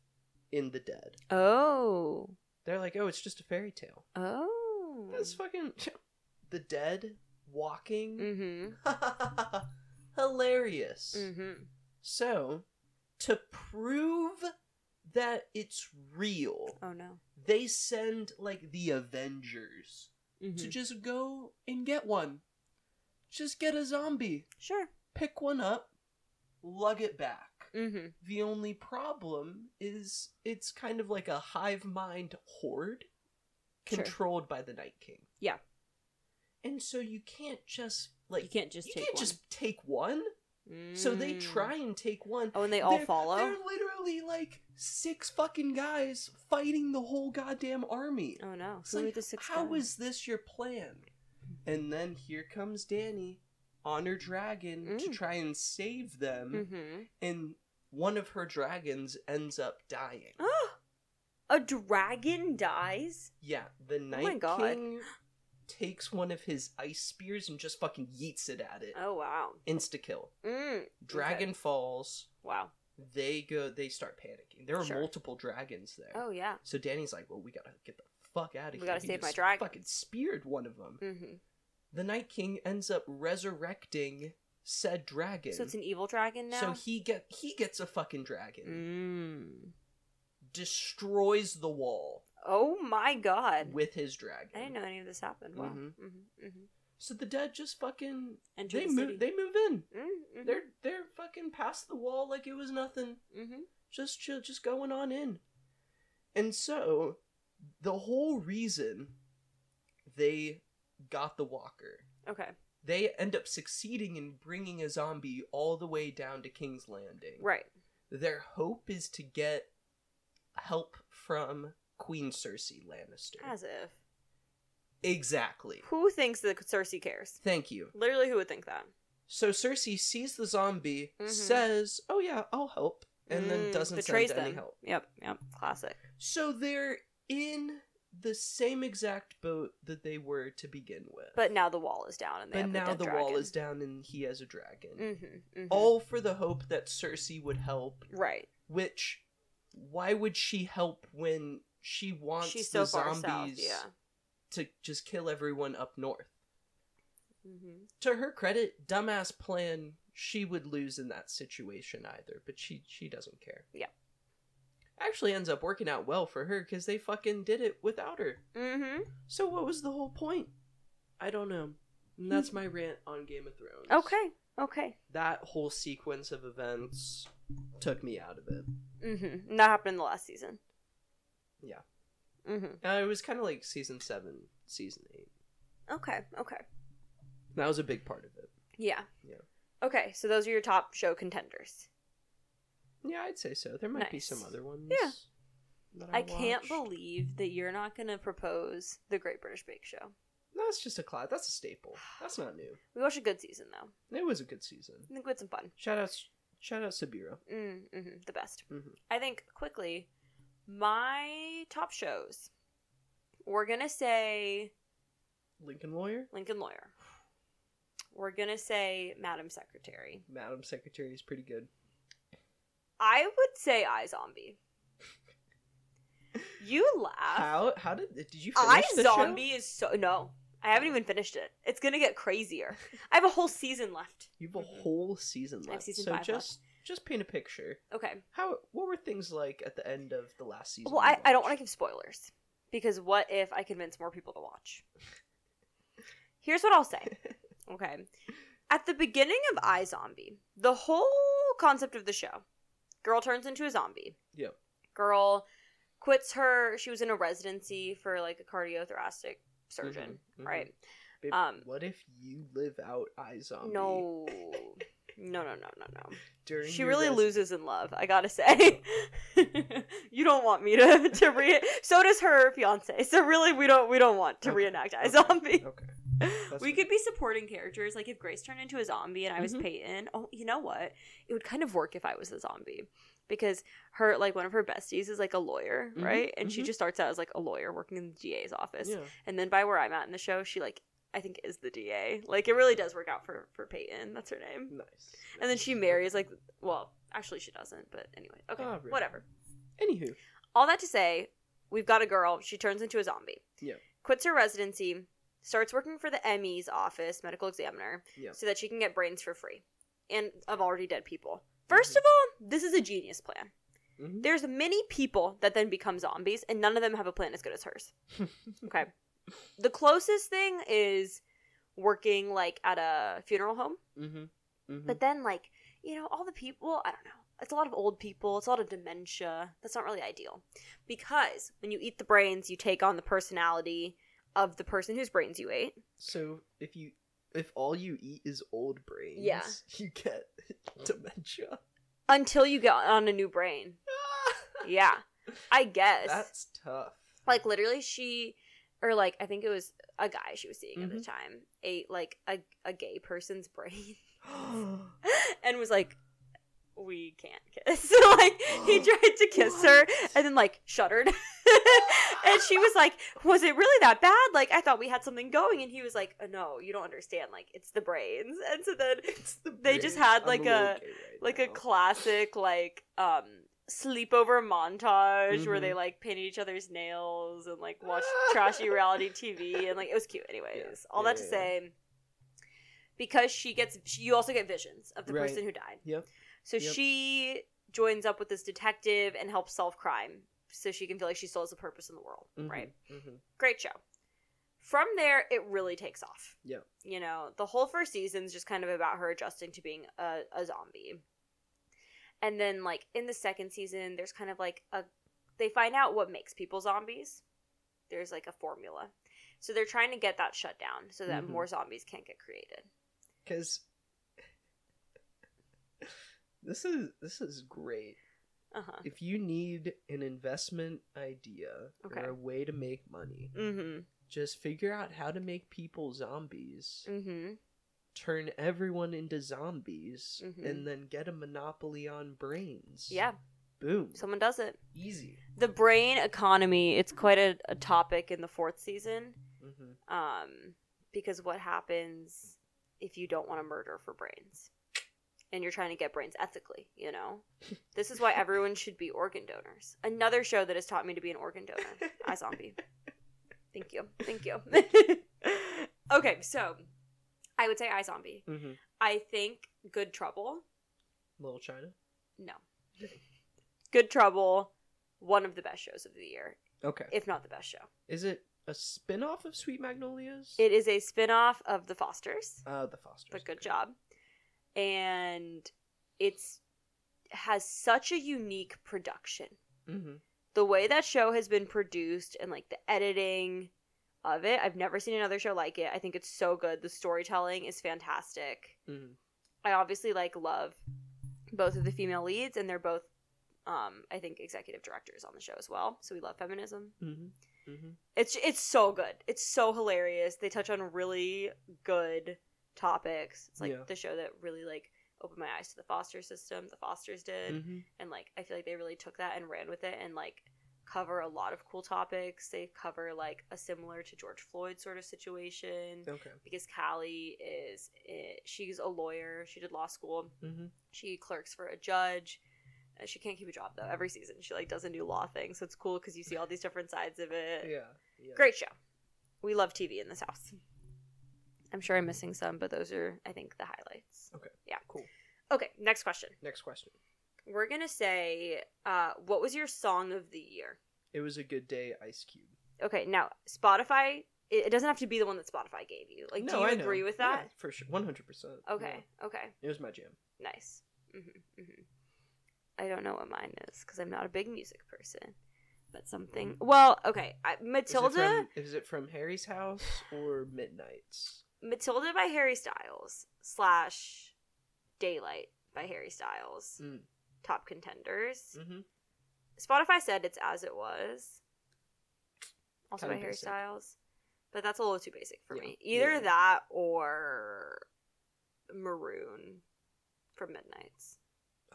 in the dead. oh, They're like, oh, it's just a fairy tale. oh. That's fucking the dead walking. Mm-hmm. Hilarious. Mm-hmm. So, to prove that it's real, Oh no. they send like the Avengers to Mhm. just go and get one. Just get a zombie, Sure. pick one up, lug it back. Mm-hmm. The only problem is it's kind of like a hive mind horde Sure. controlled by the Night King. Yeah. And so you can't just like you can't just you take can't one. just take one. So they Mm. try and take one. Oh, and they all They're- follow. They're literally like six fucking guys fighting the whole goddamn army. Oh no. It's Who are like, the six? how guys? is this your plan? And then here comes Danny on her dragon to Mm. try and save them, Mm-hmm. and one of her dragons ends up dying. a dragon dies. Yeah, the Night Oh God. King takes one of his ice spears and just fucking yeets it at it. Oh wow. Insta kill. Mm. Dragon falls. Wow. They go. They start panicking. There are Sure. multiple dragons there. Oh yeah. So Danny's like, "Well, we gotta get the fuck out of We here. gotta He save my just dragon." Fucking speared one of them. Mm-hmm. The Night King ends up resurrecting said dragon. So it's an evil dragon now. So he get he gets a fucking dragon, Mm. destroys the wall Oh my god. with his dragon. I didn't know any of this happened. Wow. Mhm. Mm-hmm. Mm-hmm. So the dead just fucking Enter they the move city. they move in. Mm-hmm. They're they're fucking past the wall like it was nothing. Mm-hmm. Just chill, just going on in. And so the whole reason they got the walker Okay. they end up succeeding in bringing a zombie all the way down to King's Landing. Right. Their hope is to get help from Queen Cersei Lannister. As if. Exactly. Who thinks that Cersei cares? Thank you. Literally, who would think that? So Cersei sees the zombie, Mhm. says, "Oh yeah, I'll help," and then Mm, doesn't betrays send any them. help. Yep. Yep. Classic. So they're in the same exact boat that they were to begin with. But now the wall is down, and they But have now a the wall is down and he has a dragon. Mm-hmm. mm-hmm. All for the hope that Cersei would help right. which why would she help when she wants She's the so far zombies south. Yeah. to just kill everyone up north Mm-hmm. to her credit dumbass plan she would lose in that situation either but she she doesn't care Yeah. actually ends up working out well for her because they fucking did it without her Mm-hmm. so what was the whole point i don't know and that's my rant on game of thrones Hmm. Okay. Okay. that whole sequence of events took me out of it Mm-hmm. That happened in the last season. Yeah. Mm-hmm. uh, it was kind of like season seven season eight Okay. Okay. That was a big part of it. Yeah. Yeah. Okay. So those are your top show contenders. Yeah, I'd say so. There might be some Nice. other ones. Yeah. that I can't watched. believe that you're not going to propose the Great British Bake Show. That's just a cloud. That's a staple. That's not new. We watched a good season though. It was a good season. I think we had some fun. Shout out, shout out Sabiro. Mm, hmm the best. Mhm. I think quickly, my top shows. We're gonna say Lincoln Lawyer, Lincoln Lawyer. We're gonna say Madam Secretary. Madam Secretary is pretty good. I would say I Zombie. You laugh. How how did did you finish Uh, I the Zombie show? is so no. I haven't even finished it. It's gonna get crazier. I have a whole season left. You have a Mhm. whole season I left. have season so five left. just just paint a picture. Okay. How what were things like at the end of the last season? Well, you I, I don't want to watched? give spoilers because what if I convince more people to watch? Here's what I'll say. Okay. At the beginning of I Zombie, the whole concept of the show girl turns into a zombie. Yep. Girl quits her, she was in a residency for like a cardiothoracic surgeon, Mhm, mhm. right? Babe, um, what if you live out I zombie? No. No, no, no, no, no. during She your really res- loses in love, I gotta say. you don't want me to to re so does her fiance. So really we don't we don't want to Okay, reenact I okay, Zombie. Okay, That's we what- could be supporting characters. Like if Grace turned into a zombie and I was Mhm. Peyton, oh, you know what? It would kind of work if I was the zombie because her like one of her besties is like a lawyer, Mhm, right? And she mhm. just starts out as like a lawyer working in the DA's office, Yeah. and then by where I'm at in the show, she like I think is the DA. Like it really does work out for for Peyton. That's her name. Nice. And then she marries like well, actually she doesn't, but anyway, okay, Ah, really? whatever. Anywho, All that to say, we've got a girl. She turns into a zombie. Yeah. Quits her residency, starts working for the ME's office, medical examiner, Yeah. so that she can get brains for free and of already dead people. Mm-hmm. 1st of all, this is a genius plan. Mhm. There's many people that then become zombies, and none of them have a plan as good as hers. Okay. the closest thing is working like at a funeral home, Mhm. Mhm. but then like you know all the people. I don't know. It's a lot of old people. It's a lot of dementia. That's not really ideal because when you eat the brains, you take on the personality of the person whose brains you ate. So if you if all you eat is old brains, Yeah. you get dementia. until you get on a new brain. Yeah, I guess. That's tough. Like literally, she or like I think it was a guy she was seeing at the Mhm. time ate like a a gay person's brain and was like, "We can't kiss." like he tried to kiss her and then like shuddered. and she was like, "Was it really that bad? Like I thought we had something going." And he was like, "Uh, "No, you don't understand. Like it's the brains." And so then It's the They just brains. had, I'm like, little a- gay right like a now. classic like um sleepover montage where they Mhm. like painted each other's nails and like watched trashy reality TV and like it was cute anyways. All Yeah, that to yeah, say because she gets she, you also get visions of the Right. person who died. Yep. So Yep. she joins up with this detective and helps solve crime so she can feel like she still has a purpose in the world, Mhm, right? mhm. Great show. From there it really takes off. Yeah. You know, the whole first season's just kind of about her adjusting to being a, a zombie and then like in the second season there's kind of like a they find out what makes people zombies there's like a formula so they're trying to get that shut down so that Mhm. more zombies can't get created Cause this is this is great. uh-huh If you need an investment idea Okay. or a way to make money, mm-hmm just figure out how to make people zombies. mm-hmm turn everyone into zombies Mhm. and then get a monopoly on brains. yeah Boom. someone does it Easy. the brain economy it's quite a, a topic in the fourth season hmm um because what happens if you don't want to murder for brains and you're trying to get brains ethically you know this is why everyone should be organ donors another show that has taught me to be an organ donor i zombie thank you thank you okay so i would say i zombie hmm i think good trouble Little China. no good trouble one of the best shows of the year Okay. if not the best show Is it a spin off of Sweet Magnolias? it is a spin-off of the fosters Uh, the Fosters. but good job. And it's has such a unique production. hmm The way that show has been produced and like the editing of it, I've never seen another show like it. I think it's so good. The storytelling is fantastic. hmm I obviously like love both of the female leads and they're both um I think executive directors on the show as well. So we love feminism. hmm hmm It's it's so good. It's so hilarious. They touch on really good topics. It's like Yeah. the show that really like opened my eyes to the foster system. The Fosters did, hmm and like I feel like they really took that and ran with it and like cover a lot of cool topics. They cover like a similar to George Floyd sort of situation Okay. because Callie is eh, she's a lawyer. She did law school. hmm She clerks for a judge. Uh, She can't keep a job though. Every season she like does a new law thing, so it's cool because you see all these different sides of it. Yeah. yeah. Great show. We love TV in this house. I'm sure I'm missing some, but those are, I think, the highlights. Okay. Yeah. Cool. Okay. Next question. Next question. We're gonna say, uh, what was your song of the year? It was a good day, Ice Cube. Okay. Now Spotify. It, it doesn't have to be the one that Spotify gave you. Like, do No, you I know. agree with Yeah, that? for sure. 100%. Okay. Okay. Yeah. It was my jam. Nice. Mm-hmm, mm-hmm. I don't know what mine is because I'm not a big music person, but something. Well, okay. I, Mm. Is it Matilda. from- Is it from Harry's house or Midnight's? Matilda by Harry Styles slash Daylight by Harry Styles. Mm. Top contenders. Mm-hmm. Spotify said it's as it was. Also Kinda by Harry basic. Styles. but that's a little too basic for Yeah. me. Either Yeah. that or Maroon from Midnight's.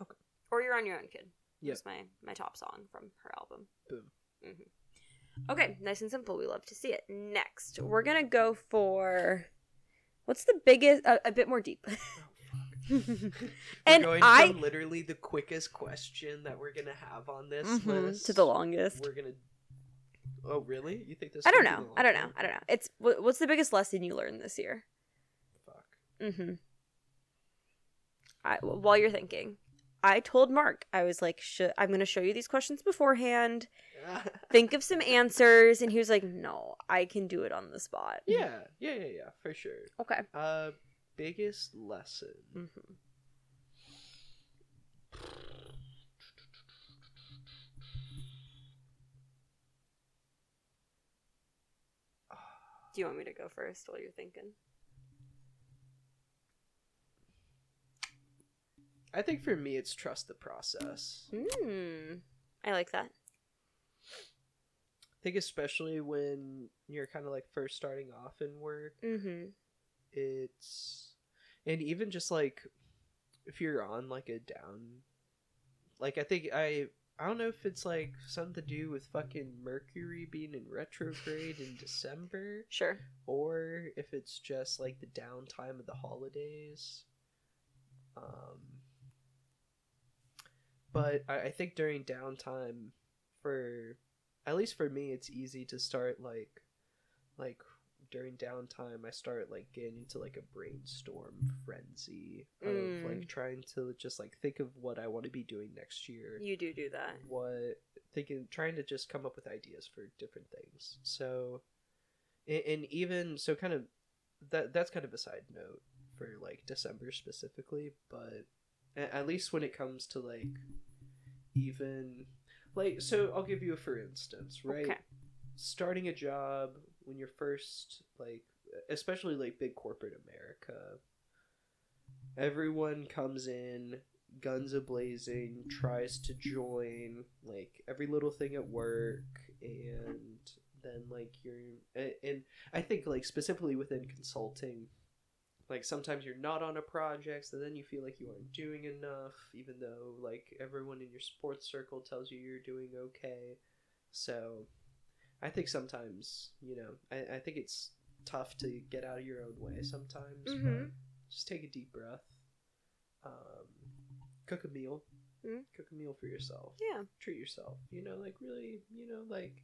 Okay. Or You're on Your Own Kid. Yeah. Is my my top song from her album. Boom. hmm Okay, nice and simple. We love to see it. Next, we're gonna go for what's the biggest? A, a bit more deep. Oh, We're and going I from literally the quickest question that we're gonna have on this Mhm, list to the longest. We're gonna. Oh really? You think this? I don't could be know. the I don't know. longest? I don't know. It's wh- what's the biggest lesson you learned this year? Fuck. Mm-hmm. I, while you're thinking, I told Mark I was like, Sh- "I'm going to show you these questions beforehand. Think of some answers," and he was like, "No, I can do it on the spot." Mm-hmm. yeah, yeah, yeah, yeah, for sure. Okay. Uh, biggest lesson. hmm Do you want me to go first while you're thinking? I think for me, it's trust the process. Mm. I like that. I think especially when you're kind of like first starting off in work, Mm-hmm. it's and even just like if you're on like a down, like I think I I don't know if it's like something to do with fucking Mercury being in retrograde in December. Sure. or if it's just like the downtime of the holidays. Um, but I, I think during downtime, for at least for me, it's easy to start like, like during downtime, I start like getting into like a brainstorm frenzy of Mm. like trying to just like think of what I want to be doing next year You do do that. what thinking trying to just come up with ideas for different things so and, and even so kind of that that's kind of a side note for like december specifically but a- at least when it comes to like even like so i'll give you a for instance right Okay. starting a job when you're first like especially like big corporate america everyone comes in guns ablazing tries to join like every little thing at work and then like you're a- and i think like specifically within consulting like sometimes you're not on a project so then you feel like you aren't doing enough even though like everyone in your sports circle tells you you're doing okay so i think sometimes you know i, I think it's tough to get out of your own way sometimes but Mhm. just take a deep breath um, cook a meal Mhm. cook a meal for yourself Yeah. treat yourself you know like really you know like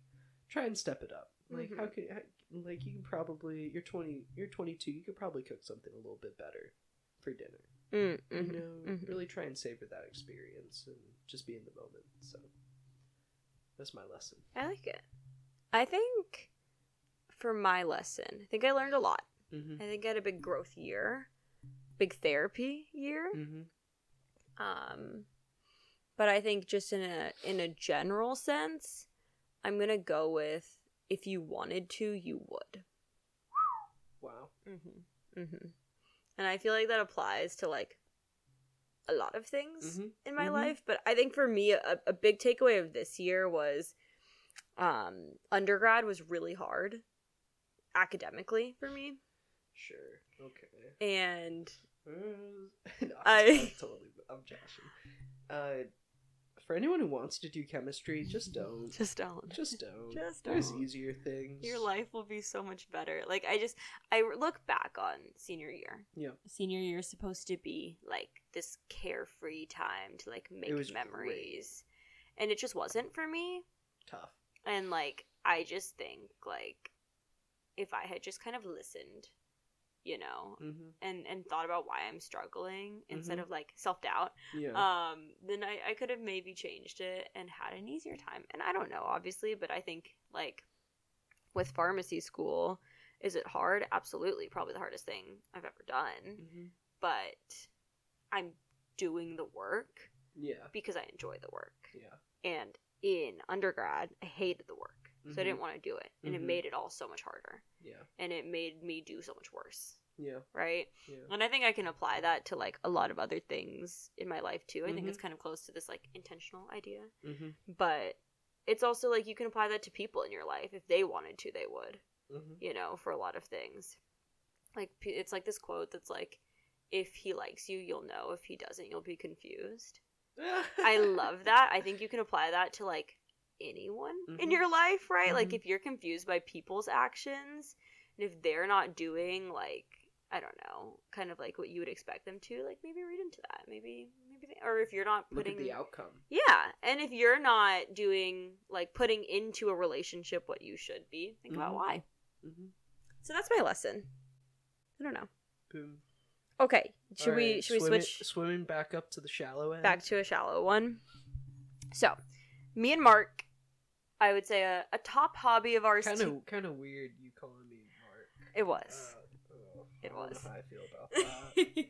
try and step it up like how can how, like you can probably you're 20 you're 22 you could probably cook something a little bit better for dinner Mm, you mhm. know mhm. really try and savor that experience and just be in the moment so that's my lesson I like it. I think for my lesson, I think I learned a lot. mm-hmm. I think I had a big growth year, big therapy year. Mm-hmm. Um, but I think just in a in a general sense, I'm gonna go with if you wanted to, you would. wow Mm-hmm. Mm-hmm. And I feel like that applies to like a lot of things Mhm. in my Mhm. life. But I think for me, a, a big takeaway of this year was um, undergrad was really hard academically for me, sure okay and Uh, no, I- I'm totally I'm joshing. Uh, for anyone who wants to do chemistry, just don't. just don't. Just don't. Just There's don't. easier things. Your life will be so much better. Like I just I look back on senior year. Yeah. Senior year is supposed to be like this carefree time to like make was memories. And it just wasn't for me. Tough. And like I just think like if I had just kind of listened, you know, Mm-hmm. and and thought about why I'm struggling instead of like self-doubt, Yeah. um then I, I could have maybe changed it and had an easier time and i don't know obviously but i think like with pharmacy school is it hard absolutely probably the hardest thing i've ever done hmm but i'm doing the work Yeah. because i enjoy the work Yeah. and in undergrad i hated the work so i didn't want to do it and Mhm. it made it all so much harder Yeah. and it made me do so much worse Yeah. right Yeah. and I think I can apply that to like a lot of other things in my life too. I think Mhm. it's kind of close to this like intentional idea. Mm-hmm. But it's also like you can apply that to people in your life. If they wanted to, they would. Mhm. you know, for a lot of things. Like p- it's like this quote that's like, "If he likes you, you'll know. If he doesn't, you'll be confused." Mm-hmm. I love that. I think you can apply that to like anyone in Mhm. your life, right? Like Mhm. if you're confused by people's actions and if they're not doing like I don't know, kind of like what you would expect them to, like maybe read into that. Maybe maybe they, or if you're not Look putting at the outcome. yeah, and if you're not doing like putting into a relationship what you should be, think about Mhm. why. Mhm. So that's my lesson. I don't know. Boom. Okay, should All we right, should we swimming- switch swimming back up to the shallow end? back to a shallow one? So, me and Mark, I would say a, a top hobby of ours. kind to- of kind of weird. You calling me Mark? it was Uh, oh, It I don't know was. how I feel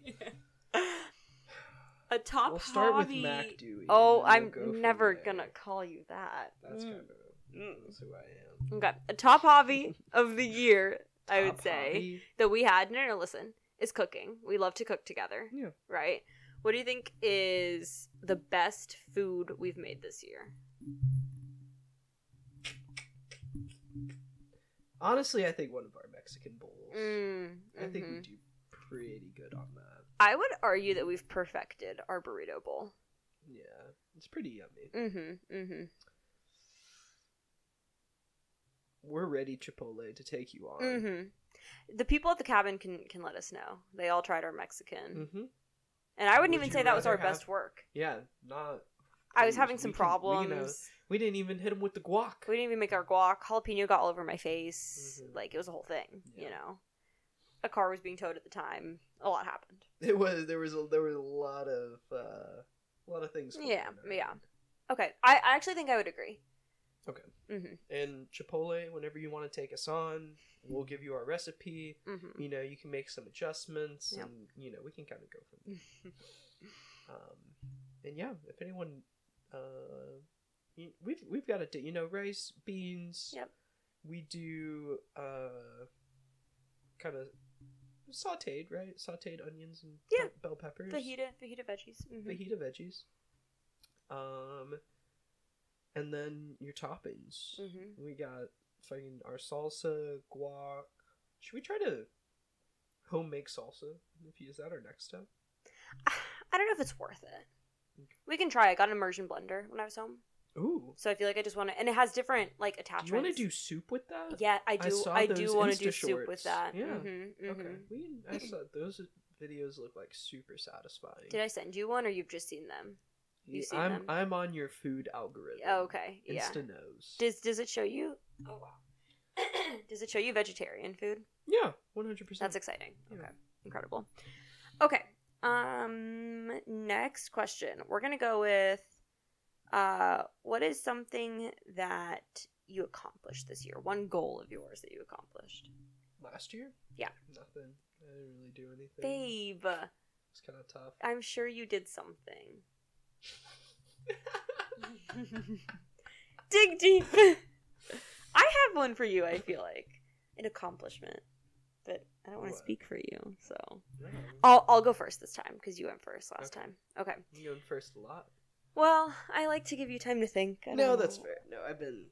about that. a top uh, we'll start hobby. with Mac Dewey. and oh, then I'm we'll go from never there. gonna call you that. That's Mm. kind of Mm. that's who I Okay, a top hobby of the year, I am. would Top say. hobby? that we had no no listen is cooking we love to cook together Yeah. right what do you think is the best food we've made this year Honestly, I think one of our Mexican bowls. mm, I think we mhm. do pretty good on that. i would argue that we've perfected our burrito bowl Yeah, it's pretty yummy. mm-hmm mm-hmm We're ready, Chipotle, to take you on. mm-hmm the people at the cabin can can let us know they all tried our mexican Mhm. and i wouldn't Would even you say that was our rather have- best work Yeah, not. i was Please, having we some can- we problems can, uh, We didn't even hit him with the guac. We didn't even make our guac. Jalapeno got all over my face. Mhm. Like it was a whole thing, you Yeah. know. A car was being towed at the time. A lot happened. It was there was a there was a lot of uh, a lot of things. going Yeah, on. yeah. Okay, I, I actually think I would agree. Okay. Mm-hmm. And Chipotle, whenever you want to take us on, we'll give you our recipe. Mm-hmm. You know, you can make some adjustments, Yeah. and you know we can kind of go from there. um, and yeah, if anyone, uh, y- we've we've got to do you know rice beans. Yep. We do uh, kind of sautéed, right? Sautéed onions and Yeah. bell bell peppers. Fajita, fajita veggies. hmm fajita veggies. Um, and then your toppings. hmm We got fucking our salsa, guac. Should we try to home make salsa? If you- Is that our next step? I don't know if it's worth it. Okay. We can try. I got an immersion blender when I was home, Ooh, so I feel like I just want to. And it has different like do you want to attachments. do soup with that? Yeah, I do. saw I, those do want to Insta do soup with shorts. that. Yeah. Mm-hmm, Okay. We can, I saw those videos look like super satisfying. Did I send you one, or you've just seen them? you seen I'm them? I'm on your food algorithm. Oh, okay. Yeah. Insta knows. Does Does it show you? Oh wow. does it show you vegetarian food? yeah, one hundred percent. That's exciting. Yeah. Okay. Incredible. Okay. Um next question. We're going to go with uh what is something that you accomplished this year? One goal of yours that you accomplished. Last year? Yeah. Nothing. I didn't really do anything. Babe, It's kind of tough. I'm sure you did something. Dig deep. I have one for you, I feel like. An accomplishment. But I don't want to What? speak for you, so No, I'll I'll go first this time because you went first last Okay. time. Okay. you going first a lot. Well, I like to give you time to think. I No, don't that's know. fair. No, I've been.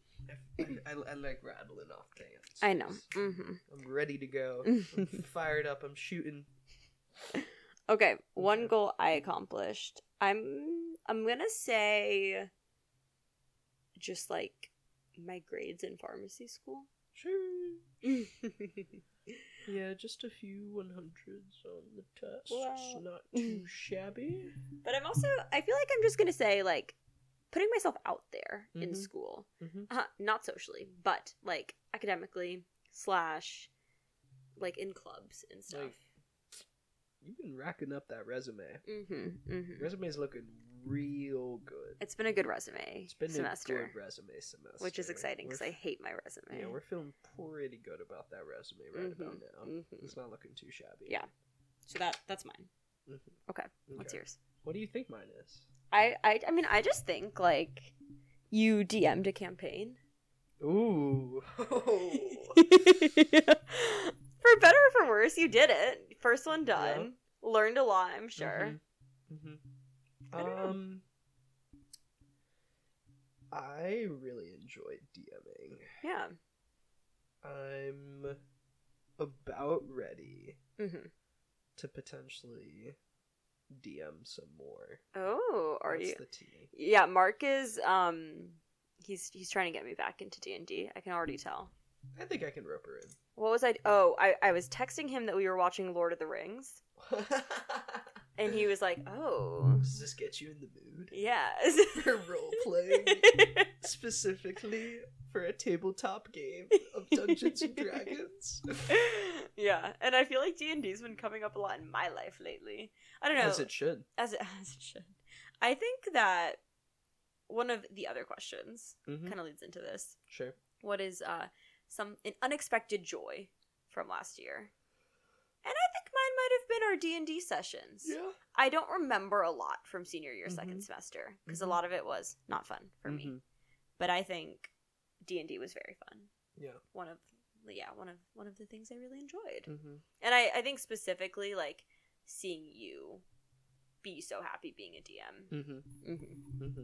I, I, I like rattling off things. I know. hmm I'm ready to go. I'm fired up. I'm shooting. okay, one Okay. goal I accomplished. I'm I'm gonna say, just like my grades in pharmacy school. Sure. mm-hmm. Yeah, just a few 100s on the test. Wow. Not too shabby. But I'm also I feel like I'm just gonna say like putting myself out there in Mhm. school, Mhm. uh, not socially, but like academically slash like in clubs and stuff. Like- You've been racking up that resume. mm-hmm. Mm-hmm. Resume's looking real good. It's been a good resume It's been semester. a good resume semester, which is exciting because We're I hate my resume. Yeah, we're feeling pretty good about that resume right about Mhm, now. mhm. It's not looking too shabby. Yeah. So that that's mine. Mhm. Okay, Okay. what's yours? What do you think mine is? I, I I mean I just think like you DM'd a campaign Ooh. for better or for worse. You did it. First one done. Learned a lot. I'm sure. Mhm. I don't know. Um, I really enjoyed DMing. Yeah. I'm about ready Mm-hmm. to potentially DM some more. Oh, are That's you? the tea. Yeah, Mark is. Um, he's he's trying to get me back into D and I can already tell. I think I can rope her What was I? Oh, I I was texting him that we were watching Lord of the Rings, in. and he was like, "Oh, Does this get you in the mood yes." for role playing, specifically for a tabletop game of Dungeons and Dragons? yeah, and I feel like D and D's been coming up a lot in my life lately. I don't know. As it should. as it, as it should. I think that one of the other questions Mhm. kind of leads into this. Sure. What is uh some an unexpected joy from last year? And I think mine might have been our D and D sessions. Yeah. I don't remember a lot from senior year, second Mhm. semester, because Mhm. a lot of it was not fun for Mm-hmm. me. But I think D and D was very fun. Yeah. One of yeah, one of one of the things I really enjoyed Mm-hmm. and I, I think specifically like seeing you be so happy being a Mm-hmm. DM. Mm-hmm.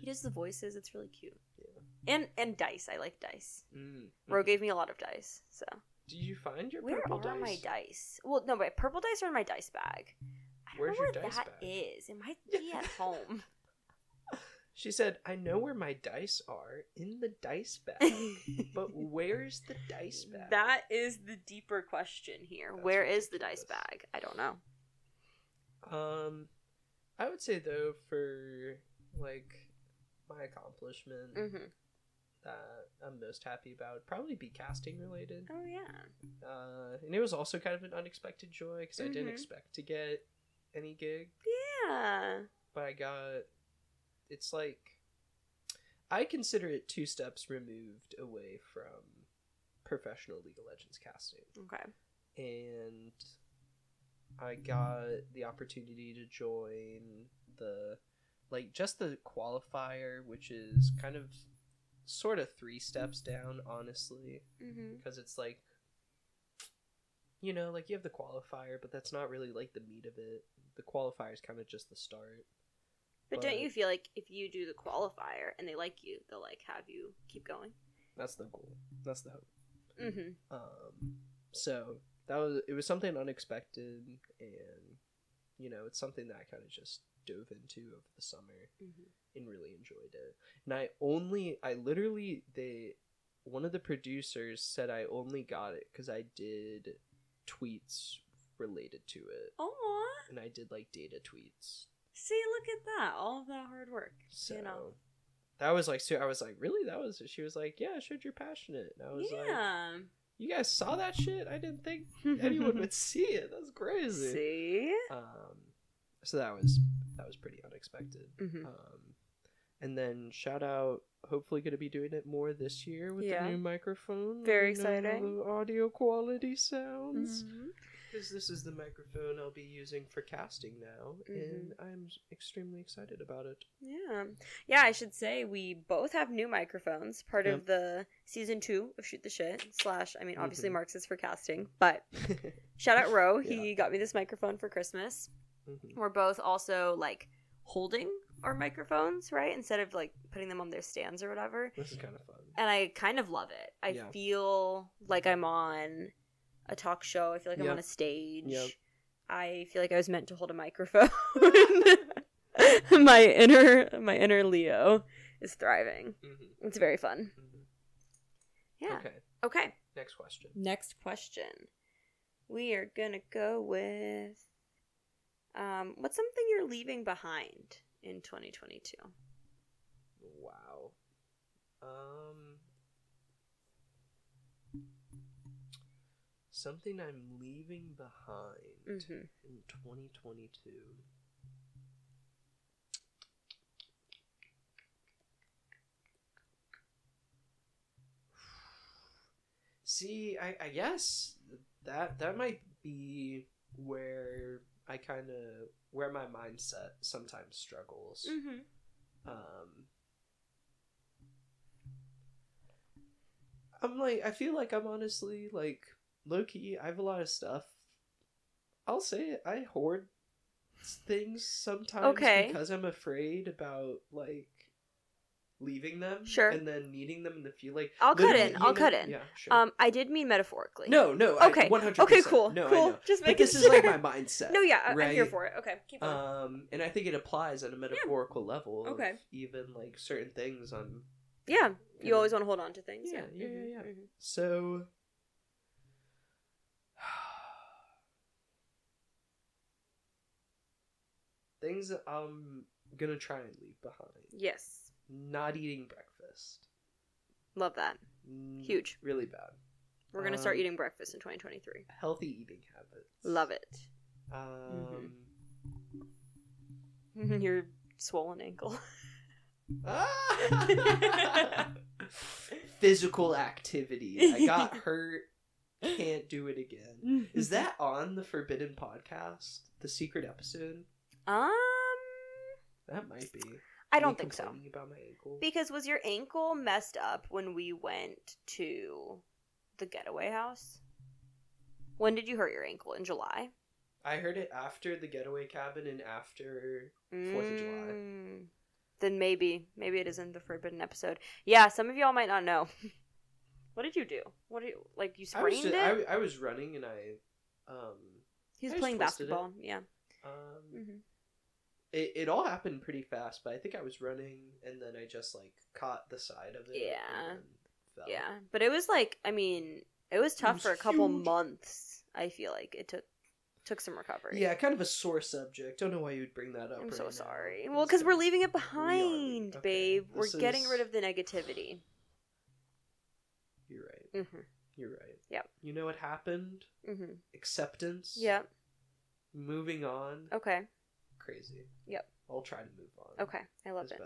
He does the voices; it's really cute. Yeah. And and dice, I like dice. Mm. Ro gave me a lot of dice, so Did you find your where purple are dice? my dice? Well, no, my purple dice are in my dice bag. I don't Where's know your where dice that bag? is. It might be at home. She said, "I know where my dice are in the dice bag, but where's the dice bag?" that is the deeper question here. That's where is the dice ridiculous. bag? I don't know. um, I would say though for like my accomplishment hmm that I'm most happy about would probably be casting related. Oh yeah. Uh, and it was also kind of an unexpected joy because I didn't Mhm. expect to get any gig, Yeah. but I got. It's like I consider it two steps removed away from professional League of Legends casting. Okay. and I got the opportunity to join the like just the qualifier, which is kind of sort of three steps down, honestly, hmm because it's like you know, like you have the qualifier, but that's not really like the meat of it. The qualifier is kind of just the start. But, don't But- you feel like if you do the qualifier and they like you, they'll like have you keep going? That's the goal. That's the hope. Mm-hmm. Um, so that was it was something unexpected, and you know, it's something that I kind of just dove into over the summer. mm-hmm. and really enjoyed it. And I only, I literally, they, one of the producers said I only got it because I did tweets related to it, Aw, and I did like data tweets. see, look at that, all of that hard work. So you know, that was like, so I was like, really? That was. She was like, yeah, I showed you're passionate. And I was like, yeah. you guys saw that shit? I didn't think anyone would see it. That's crazy. Mm-hmm. see. Um, so that was that was pretty unexpected. Mm-hmm. Um, and then shout out, hopefully going to be doing it more this year with Yeah. the new microphone. Very Let me know how exciting. Mm-hmm. The audio quality sounds. Because this is the microphone I'll be using for casting now, Mm-hmm. and I'm s- extremely excited about it. Yeah, yeah. I should say we both have new microphones. Part of Yep. the season two of Shoot the Shit slash. I mean, obviously, Mhm. Mark's is for casting, but Mm-hmm. shout out Ro. He Yeah. got me this microphone for Christmas. Mhm. we're both also like holding our microphones, right? Instead of like putting them on their stands or whatever. This is kind of fun. And I kind of love it. I Yeah. feel like I'm on a talk show. I feel like I'm Yep. on a stage. Yep. I feel like I was meant to hold a microphone. my inner my inner Leo is thriving. Mhm, It's very fun. mhm. Yeah. Okay, okay. next question. Next question. We are going to go with um, what's something you're leaving behind in 2022? Wow. Um. Something I'm leaving behind. Mm-hmm. in 2022. See, I, I guess that that might be where I kind of where my mindset sometimes struggles. Mm-hmm. Um, I'm like, I feel like I'm honestly like low key. I have a lot of stuff. I'll say it. I hoard s- things sometimes Okay. because I'm afraid about like leaving them Sure. and then meeting them in the field like I'll cut literally, in, you I'll know- cut in. yeah sure Um, I did mean metaphorically. no no I- Okay. 100%. Okay. Cool. no I cool. know. Just but making this sure. is like my mindset No, yeah, I- I'm here right? for it. Okay, keep on. um and I think it applies on a metaphorical level of Okay. even like certain things on yeah, you know. always want to hold on to things. Yeah, yeah, Mhm, yeah, yeah. mhm. So things that I'm gonna try and leave behind. Yes, Not eating breakfast. love that. Mm, Huge. Really bad. We're gonna start Um, eating breakfast in 2023. Healthy eating habits. Love it. Mm-hmm. Um Your swollen ankle. ah! physical activity. I got hurt. Can't do it again. Is Mm-hmm. that on the Forbidden Podcast? The secret episode? Um, That might be. I Me don't think so. complaining About my ankle. Because was your ankle messed up when we went to the getaway house? When did you hurt your ankle? In July? I heard it after the getaway cabin and after. Fourth of July. Mm. Then maybe, maybe it isn't the forbidden episode. Yeah, some of y'all might not know. what did you do? What do you like? You I was, sprained ju- it. I, I was running and I, um, he was I just playing twisted it. basketball. Yeah. um, Mhm. it, it all happened pretty fast. But I think I was running and then I just like caught the side of it. Yeah. and fell. Yeah, but it was like, I mean, it was tough was for a couple huge. months. I feel like it took took some recovery. Yeah, kind of a sore subject. Don't know why you'd bring that up. I'm right so now. sorry. It Well, was because the- we're leaving it leaving- behind, okay, babe. We're this getting is- rid of the negativity. You're right. hmm You're right. Yep. You know what happened? hmm Acceptance. Yeah. Moving on. Okay. Crazy. Yep. I'll try to move on. Okay. I love as it.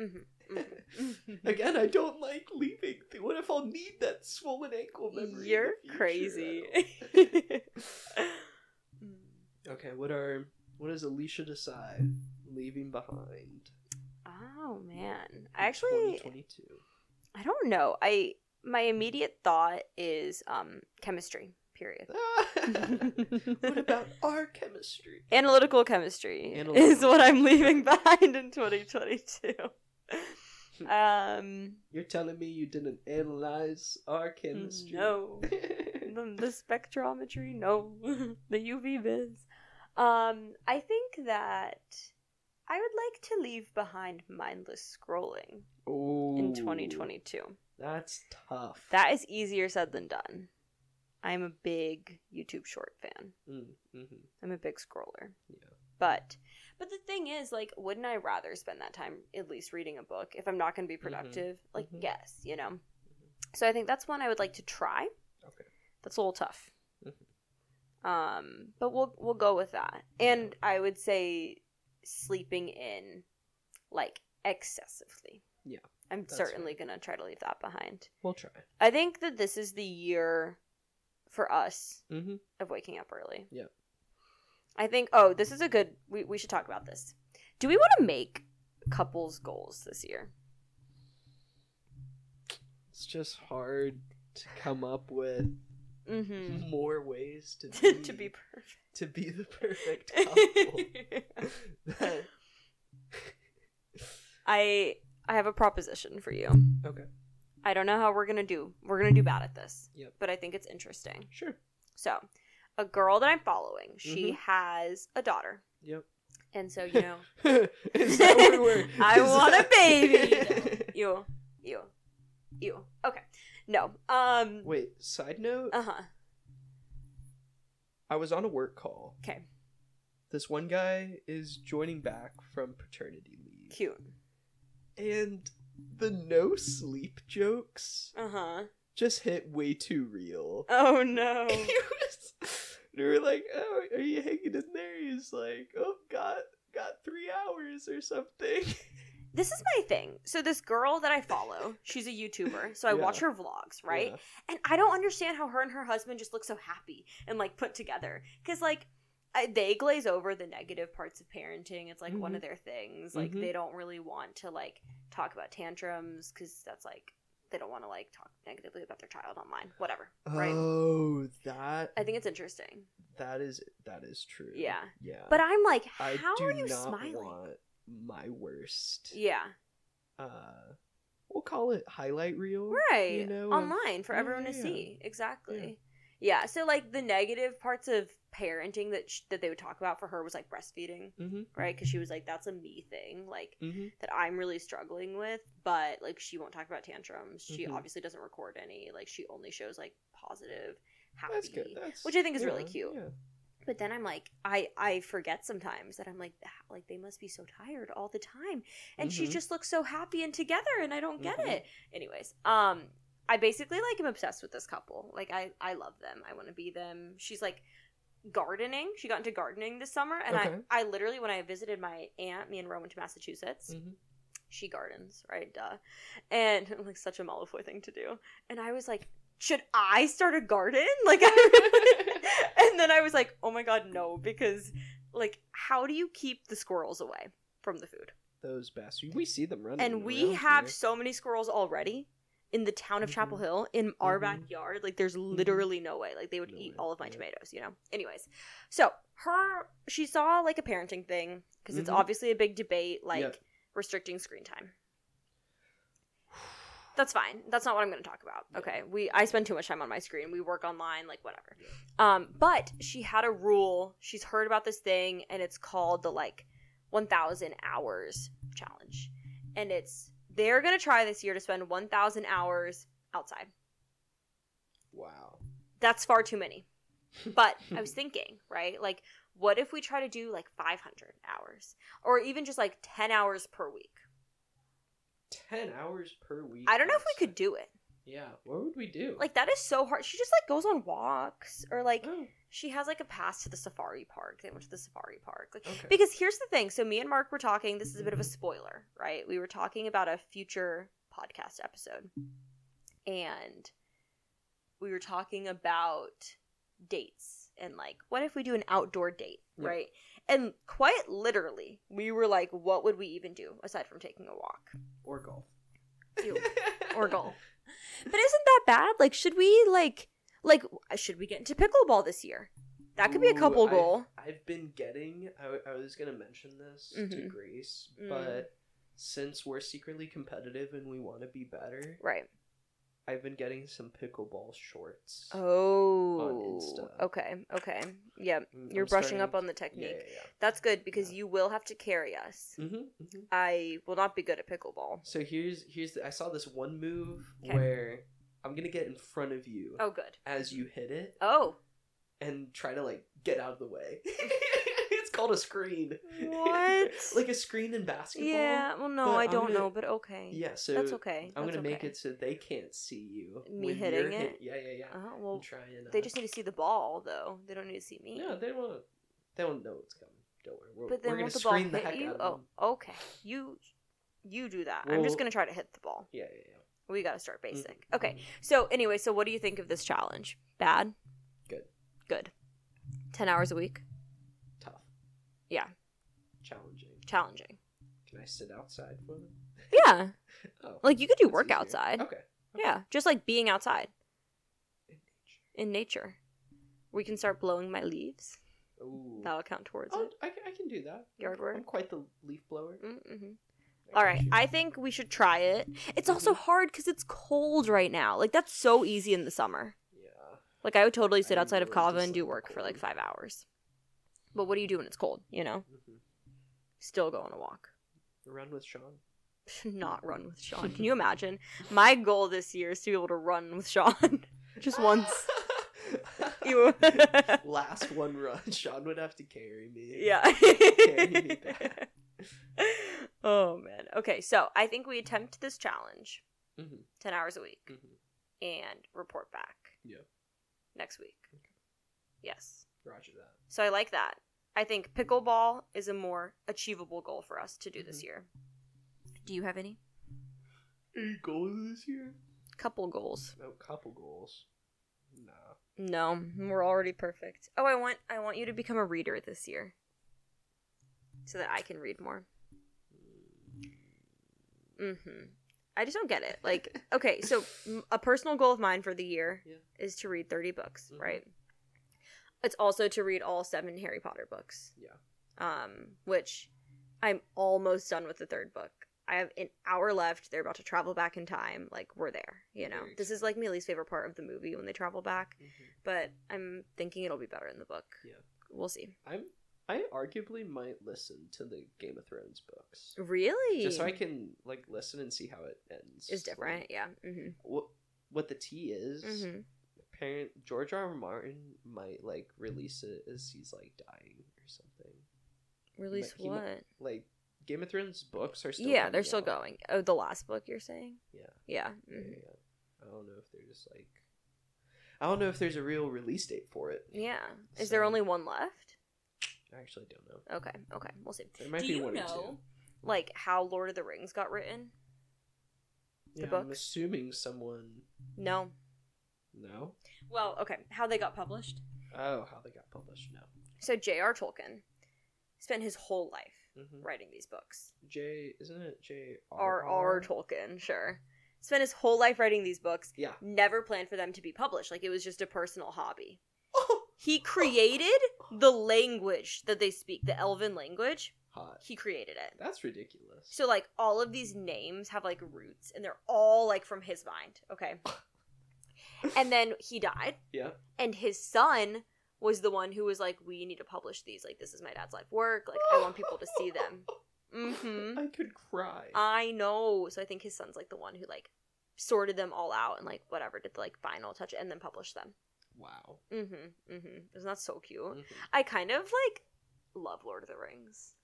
mm-hmm. best I can. hmm Again, I don't like leaving. What if I'll need that swollen ankle memory? You're in the future? crazy. I don't- okay, what are what does Alicia decide leaving behind? oh man, I actually twenty two. I don't know. I my immediate thought is um chemistry. Period. what about our chemistry? Analytical chemistry Analytical is what I'm leaving behind in 2022. um, You're telling me you didn't analyze our chemistry? no. the, the spectrometry no the uv biz um i think that i would like to leave behind mindless scrolling Ooh, in 2022 That's tough. that is easier said than done i'm a big youtube short fan Mm, mhm. i'm a big scroller Yeah. but but the thing is like wouldn't i rather spend that time at least reading a book if i'm not going to Mm-hmm. be productive like Mhm. yes you know so i think that's one i would like to try Okay. Mm-hmm. that's a little tough. Um, but we'll we'll go with that. And I would say sleeping in like excessively. Yeah, I'm that's certainly fair. going to try to leave that behind. We'll try. I think that this is the year for us Mm-hmm. of waking up early. Yep. I think oh, this is a good we we should talk about this. Do we want to make couples goals this year? It's just hard to come up with Mhm. more ways to to be, to be to be the perfect couple. perfect. That- I I have a proposition for you. okay, I don't know how we're gonna do. We're gonna do bad at this. Yep. But I think it's interesting. sure. So, a girl that I'm following, she Mm-hmm. has a daughter, Yep. and so you know, Is that where we're- I is want a that- baby. you, you, you. Okay. No. Um. Wait. Side note: Uh huh. I was on a work call. Okay. This one guy is joining back from paternity leave, Cute. and the no sleep jokes Uh huh. just hit way too real. Oh no. he was, they were like, oh, are you hanging in there? He's like, oh, got got three hours or something. this is my thing. So this girl that I follow, she's a YouTuber, so I Yeah. watch her vlogs, right? Yeah. And I don't understand how her and her husband just look so happy and like put together. Because like I, they glaze over the negative parts of parenting. It's like one Mhm. of their things. Like Mhm. they don't really want to like talk about tantrums because that's like they don't want to like talk negatively about their child online. Whatever. Right. Oh, that I think it's interesting. that is that is true. Yeah. yeah. But I'm like, uh, I how do are you not smiling? want my worst Yeah. uh we'll call it highlight reel right you know, of- online for yeah, everyone to yeah. see exactly yeah. so like the negative parts of parenting that sh- that they would talk about for her was like breastfeeding Mhm, right because she was like that's a me thing like mhm. that i'm really struggling with but like she won't talk about tantrums she Mhm. obviously doesn't record any like she only shows like positive happy that's good that's, which I think is yeah, really cute. yeah. but then i'm like i i forget sometimes that i'm like "Ah, like they must be so tired all the time and she Mhm. just looks so happy and together and i don't get Mhm. it anyways um i basically like am obsessed with this couple like i i love them i want to be them she's like gardening she got into gardening this summer and Okay. i i literally when i visited my aunt me and rome went to massachusetts Mhm. she gardens, right? Duh. And like such a Malfoy thing to do. And I was like, should I start a garden? Like, I and then I was like, oh my god, no, because like, how do you keep the squirrels away from the food? those bastards we see them running And we around have here. so many squirrels already in the town of Chapel Mhm. Hill in our Mhm. backyard. Like, there's literally no way. Like, they would Mm-hmm. No eat way. all of my Yeah. tomatoes, you know? Anyways, so her, she saw like a parenting thing because it's Mhm. obviously a big debate, like Yep. restricting screen time. That's fine. That's not what I'm going to talk about. Yeah. Okay. We I spend too much time on my screen. We work online, like whatever. Yeah. Um, but she had a rule. She's heard about this thing, and it's called the like 1,000 hours challenge, and it's they're going to try this year to spend 1,000 hours outside. wow That's far too many. But I was thinking, right? Like, what if we try to do like 500 hours, or even just like 10 hours per week? 10 hours per week I don't know if we outside. could do it. yeah what would we do Like that is so hard. She just like goes on walks or like oh, she has like a pass to the safari park. They went to the safari park. Like okay because here's the thing. So me and Mark were talking, this is a bit of a Mhm. spoiler, right? We were talking about a future podcast episode. And we were talking about dates and like what if we do an outdoor date, Yeah. right? And quite literally, we were like what would we even do aside from taking a walk? or golf Ew. or goal. But isn't that bad? Like, should we like like should we get into pickleball this year? That could be a Ooh, couple I- goal. I've been getting. I, w- I was gonna mention this to Mhm. Grace, Mm. but since we're secretly competitive and we want to be better, Right. I've been getting some pickleball shorts. Oh. Insta. Okay. Okay. Yeah. I'm- You're I'm brushing up starting- on the technique. Yeah, yeah. That's good because Yeah. you will have to carry us. yeah. Mm-hmm, hmm I will not be good at pickleball. So here's here's the, I saw this one move 'Kay. where I'm gonna get in front of you Oh, good. as you hit it Oh. and try to like get out of the way. it's called a screen. What? like a screen in basketball. Yeah. Well, no, but I I'm don't gonna- know, but okay. Yeah. So That's okay. I'm That's gonna make okay. it so they can't see you. Me when hitting you're hit- it? Yeah, yeah, yeah. Uh, I'm well, trying. they uh, just need to see the ball, though. They don't need to see me. No, they won't. They won't know what's coming. Don't worry. We're, but then we're gonna won't the ball screen hit the heck you? out of Oh, them. okay. You, you do that. I'm just Well- gonna try to hit the ball. Yeah, yeah, yeah. We gotta start Mhm. basic. Okay. So anyway, so what do you think of this challenge? Bad? Good. Good. 10 hours a week? Tough. Yeah. Challenging. Challenging. Can I sit outside for them? Yeah. Oh. Like you could do that's work easier. outside. Okay. Yeah, just like being outside In nature. in nature. We can start blowing my leaves. Ooh. That'll count towards I'll- it. I, can- I can do that. Yard I'm work. quite the leaf blower. Mm-hmm. I All got right. you. I think we should try it. It's also Mhm. hard because it's cold right now. Like that's so easy in the summer. Yeah. Like I would totally sit I outside of really Kava and dislike do the work for like cold. five hours. But what do you do when it's cold? You know, Mhm. still go on a walk. Run with Sean. not run with Sean. Can you imagine? My goal this year is to be able to run with Sean just once. Ew. Last one run, Sean would have to carry me. Yeah. need that. oh man. Okay, so I think we attempt this challenge Mhm. 10 hours a week Mhm. and report back. Yeah. Next week. Yes. Roger that. So I like that. I think pickleball is a more achievable goal for us to do this Mhm. year. Mm-hmm. Do you have any? Eight goals this year? Couple goals. No, couple goals. Nah. No, we're already perfect. Oh, I want I want you to become a reader this year. So that I can read more. Mhm. I just don't get it. Like, okay, so m- a personal goal of mine for the year Yeah. is to read 30 books, Mhm. right? It's also to read all 7 Harry Potter books. Yeah. Um, which I'm almost done with the third book. I have an hour left. They're about to travel back in time. Like we're there, you know. Very This is like my least favorite part of the movie when they travel back, Mm-hmm. but I'm thinking it'll be better in the book. Yeah. We'll see. I'm I arguably might listen to the Game of Thrones books Really? just so I can like listen and see how it ends. is different. Like, yeah. Mm-hmm. what what the tea is? Mm-hmm. Parent George R. R. Martin might like release it as he's like dying or something. Release he what? might- Like Game of Thrones books are still yeah, coming they're still out. going. Oh, the last book you're saying? Yeah. Yeah. Yeah, mhm. yeah. Mm-hmm. I don't know if they're just like I don't know if there's a real release date for it. Yeah. Is there So- only one left? I actually don't know. Okay. Okay. We'll see. There might Do be you one or know- Like how Lord of the Rings got written? two. the yeah, I'm books? assuming someone No. no. Well, Okay. How they got published? Oh, how they got published? No. So J.R. Tolkien spent his whole life Mm-hmm. writing these books. J isn't it J R. R. Tolkien, sure. Spent his whole life writing these books. Yeah. Never planned for them to be published. Like it was just a personal hobby. He created the language that they speak, the Elven language. Hot. He created it. That's ridiculous. So like all of these names have like roots and they're all like from his mind, okay? and then he died yeah. and his son was the one who was like we need to publish these like this is my dad's life work like I want people to see them. Mhm. I could cry. I know. So I think his son's like the one who like sorted them all out and like whatever did the like final touch and then published them. wow. Mhm. Mhm. Isn't that so cute? Mhm. I kind of like love Lord of the Rings.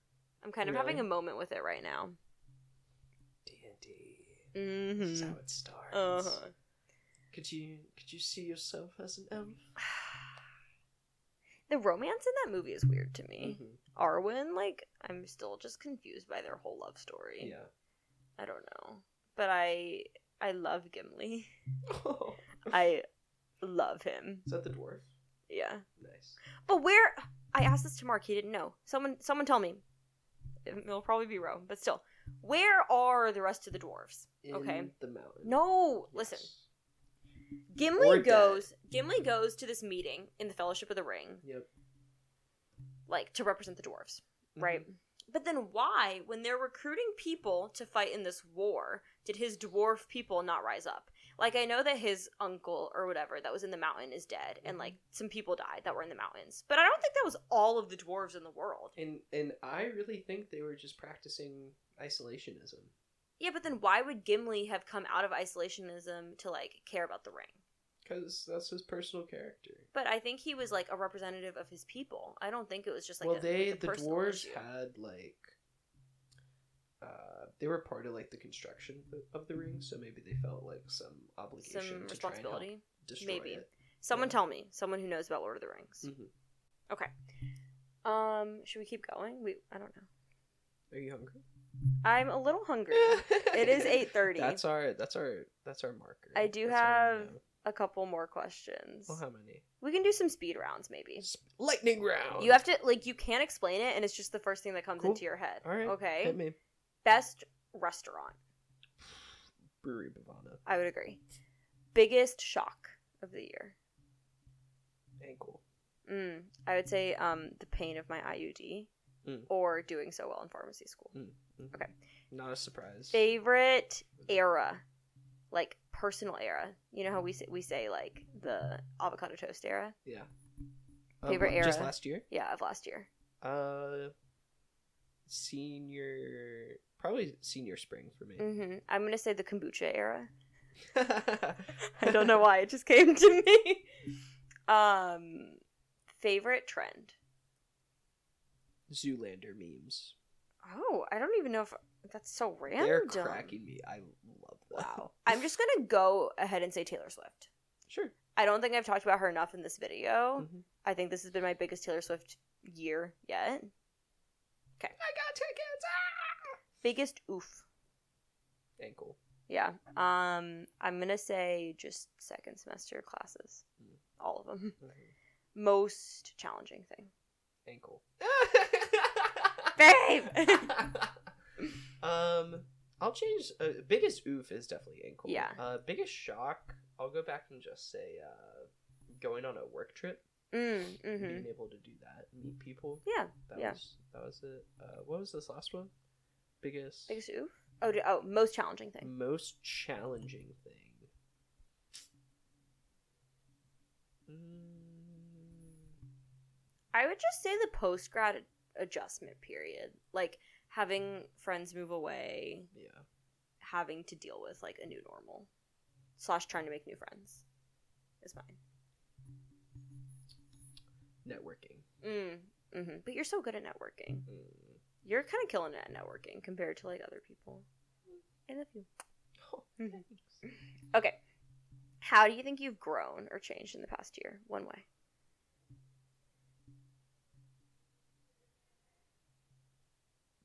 I'm kind of having a Really? moment with it right now. D&D. This is Mhm. how it starts. Uh-huh. Could you could you see yourself as an elf? the romance in that movie is weird to me. Mhm. Arwen, like, I'm still just confused by their whole love story. Yeah. I don't know, but I I love Gimli. Is I love him. that the dwarf? Yeah, Nice. but where? I asked this to Mark. He didn't know. Someone, someone, tell me. It'll probably be Rome, but still, where are the rest of the dwarves? In Okay. The mountain. No, Yes. listen. Or Gimli dead. goes. Gimli goes to this meeting in the Fellowship of the Ring, Yep. like to represent the dwarves. right? Mhm. But then why, when they're recruiting people to fight in this war, did his dwarf people not rise up? Like I know that his uncle or whatever that was in the mountain is dead, and Mhm. like some people died that were in the mountains, but I don't think that was all of the dwarves in the world. And and I really think they were just practicing isolationism. Yeah, but then why would Gimli have come out of isolationism to like care about the ring? Because that's his personal character. But I think he was like a representative of his people. I don't think it was just like well, a, they like, a the personal dwarves issue. had like uh, they were part of like the construction of the ring, so maybe they felt like some obligation some to try and responsibility. help destroy maybe. it. Someone Yeah. tell me, someone who knows about Lord of the Rings. Mhm. Um, should we keep going? We I don't know. Are you hungry? I'm a little hungry. it is 8:30. That's our that's our that's our marker. I do That's how we have- know. a couple more questions. Well, how many? We can do some speed rounds maybe. Sp- Lightning round. You have to like you can't explain it and it's just the first thing that comes Cool. into your head. All right. Okay. Hit me. Best restaurant. Brewery Bavana. I would agree. Biggest shock of the year. Ankle. Mm, I would say um the pain of my IUD Mm. or doing so well in pharmacy school. Mm. Mhm. Okay. Not a surprise. Favorite era. Like personal era. You know how we say, we say like the avocado toast era? yeah. Um, favorite Just era. last year. Yeah, of last year. Uh, senior, probably senior spring for me. hmm I'm gonna say the kombucha era. I don't know why it just came to me. Um, favorite trend. Zoolander memes. Oh, I don't even know if that's so random. They're cracking me. I love them. Wow. I'm just gonna go ahead and say Taylor Swift. Sure. I don't think I've talked about her enough in this video. Mhm. I think this has been my biggest Taylor Swift year yet. I got tickets. Biggest oof. Ah! Ankle. Yeah. Um, I'm gonna say just second semester classes, Mm. all of them. Mhm. Most challenging thing, Ankle. babe. um, I'll change. Uh, biggest oof is definitely ankle. Yeah. Uh, biggest shock. I'll go back and just say uh, going on a work trip, mm, mm-hmm. being able to do that, meet people. Yeah. That Yeah. was that was it. Uh, what was this last one? Biggest. Biggest oof? Oh, d- oh, most challenging thing. Most challenging thing. Mm, I would just say the post grad adjustment period, like having friends move away, yeah. having to deal with like a new normal, slash trying to make new friends, is mine. Networking. Mm, hmm But you're so good at networking. Mm. You're kind of killing it at networking compared to like other people. I love you. Oh, Mhm. thanks. Okay. How do you think you've grown or changed in the past year? One way.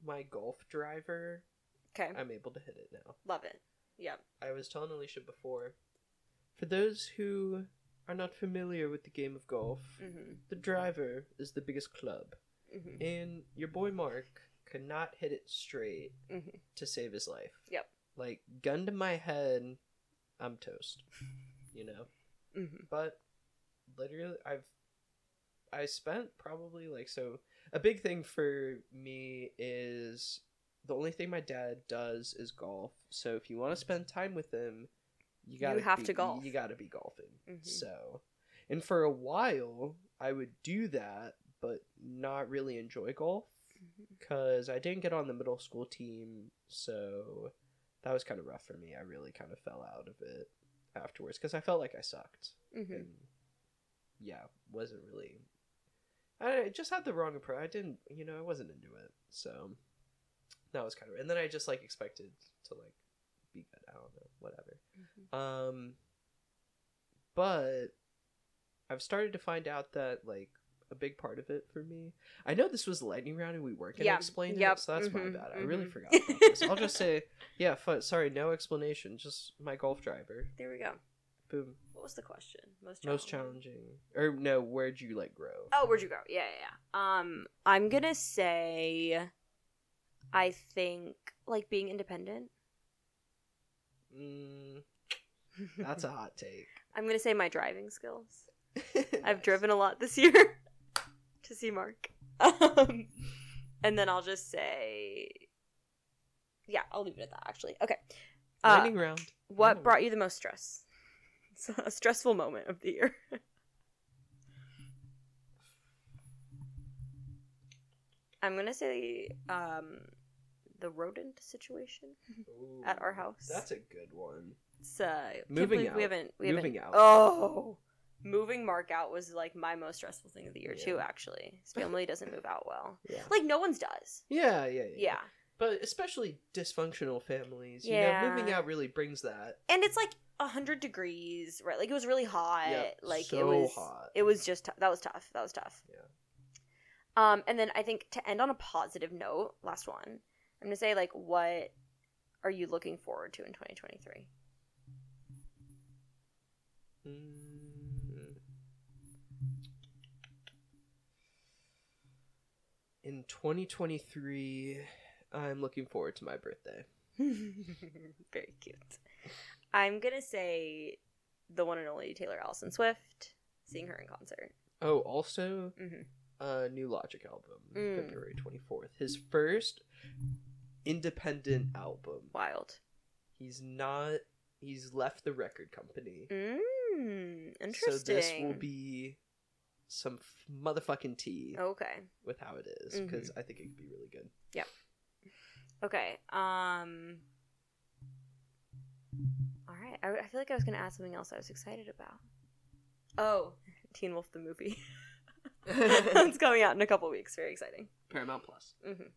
My golf driver, Okay. I'm able to hit it now. love it. Yeah. I was telling Alicia before. For those who are not familiar with the game of golf, Mm-hmm. the driver is the biggest club. Mm-hmm. And your boy Mark could not hit it straight Mhm. to save his life. Yep. Like, gun to my head, I'm toast. You know? Mm-hmm. But literally, I've. I spent probably like so. A big thing for me is the only thing my dad does is golf. So if you want to spend time with him, you gotta have be- to golf. You gotta be golfing. Mhm. So, and for a while, I would do that, but not really enjoy golf Mm-hmm. because I didn't get on the middle school team, so that was kind of rough for me. I really kind of fell out of it afterwards because I felt like I sucked, Mm-hmm. and yeah, wasn't really. I just had the wrong approach. I didn't, you know, I wasn't into it, so that was kind of. And then I just like expected to like be good. I don't know, whatever. Mm-hmm. Um, but I've started to find out that like a big part of it for me. I know this was lightning round and we weren't gonna Yeah, explain yep, it, so that's mhm, my bad. I really mhm. forgot about this. I'll just say, yeah, fu- sorry, no explanation, just my golf driver. There we go. Boom. What was the question? Most Most challenging, or no? Where'd you like grow? Oh, where'd you go? Yeah, yeah, yeah. Um, I'm gonna say, I think like being independent. Mm, that's a hot take. I'm gonna say my driving skills. I've Nice. driven a lot this year to see Mark. Um, and then I'll just say, yeah, I'll leave it at that. Actually, okay. Uh, lightning round. what Ooh. brought you the most stress? It's a stressful moment of the year. I'm gonna say um, the rodent situation at our Ooh, house. That's a good one. It's, uh, can't Moving believe out. We haven't. We Moving haven't, out. Oh, moving Mark out was like my most stressful thing of the year Yeah. too. Actually, his family doesn't move out well. Yeah. Like no one's does. Yeah, yeah, yeah. Oh. Yeah, but especially dysfunctional families. You know, moving Yeah. out really brings that. and it's like hundred degrees, right? Like it was really hot. Yep, Like it so was. hot. It was just that was tough. That was tough. Yeah. Um, and then I think to end on a positive note, last one, I'm gonna say like, what are you looking forward to in 2023? Mm. In 2023, I'm looking forward to my birthday. Very cute. I'm gonna say the one and only Taylor Allison Swift, seeing her in concert. Oh, also, Mhm. a new Logic album, Mm. February 24th. His first independent album. Wild. He's not, he's left the record company. Mm, interesting. So this will be some f- motherfucking tea okay. with how it is Mm-hmm. because I think it could be really good. Okay. Um. All right. I, I feel like I was gonna ask something else I was excited about. Oh, Teen Wolf the movie. it's coming out in a couple weeks. Very exciting. Paramount Plus. Mhm.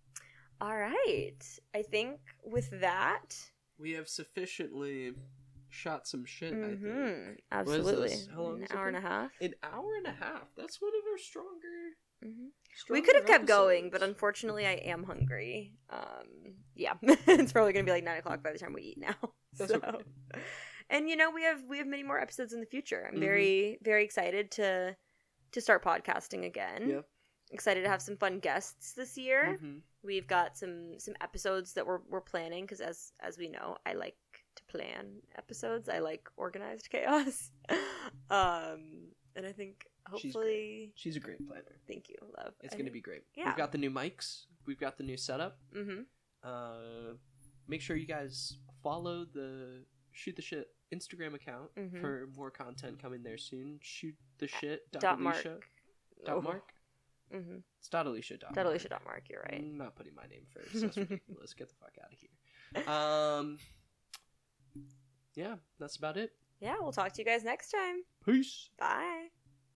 All right. I think with that. We have sufficiently shot some shit. I think Mm-hmm. is Absolutely. this? How long An has it hour and a been? half. an hour and a half. That's one of our stronger. hmm We stronger could have kept going, but episodes. unfortunately, I am hungry. Um, yeah, it's probably gonna be like nine o'clock by the time we eat now. That's so, okay. and you know, we have we have many more episodes in the future. I'm Mhm. very very excited to to start podcasting again. Yep. Excited to have some fun guests this year. Mhm. We've got some some episodes that we're we're planning because as as we know, I like to plan episodes. I like organized chaos. um, and I think She's great. hopefully, She's a great planner. thank you, love. It's gonna be great. Yeah. We've got the new mics. We've got the new setup. Mm-hmm. Uh, make sure you guys follow the shoot the shit Instagram account Mhm. for more content coming there soon. Shoot the shit Uh, Dot mark. Alicia. Dot Oh. mark. Mm-hmm. It's dot Alicia. Dot Dot mark. Alicia dot mark. You're right. I'm not putting my name first. That's ridiculous. Get the fuck out of here. Um. Yeah, that's about it. Yeah, we'll talk to you guys next time. Peace. Bye.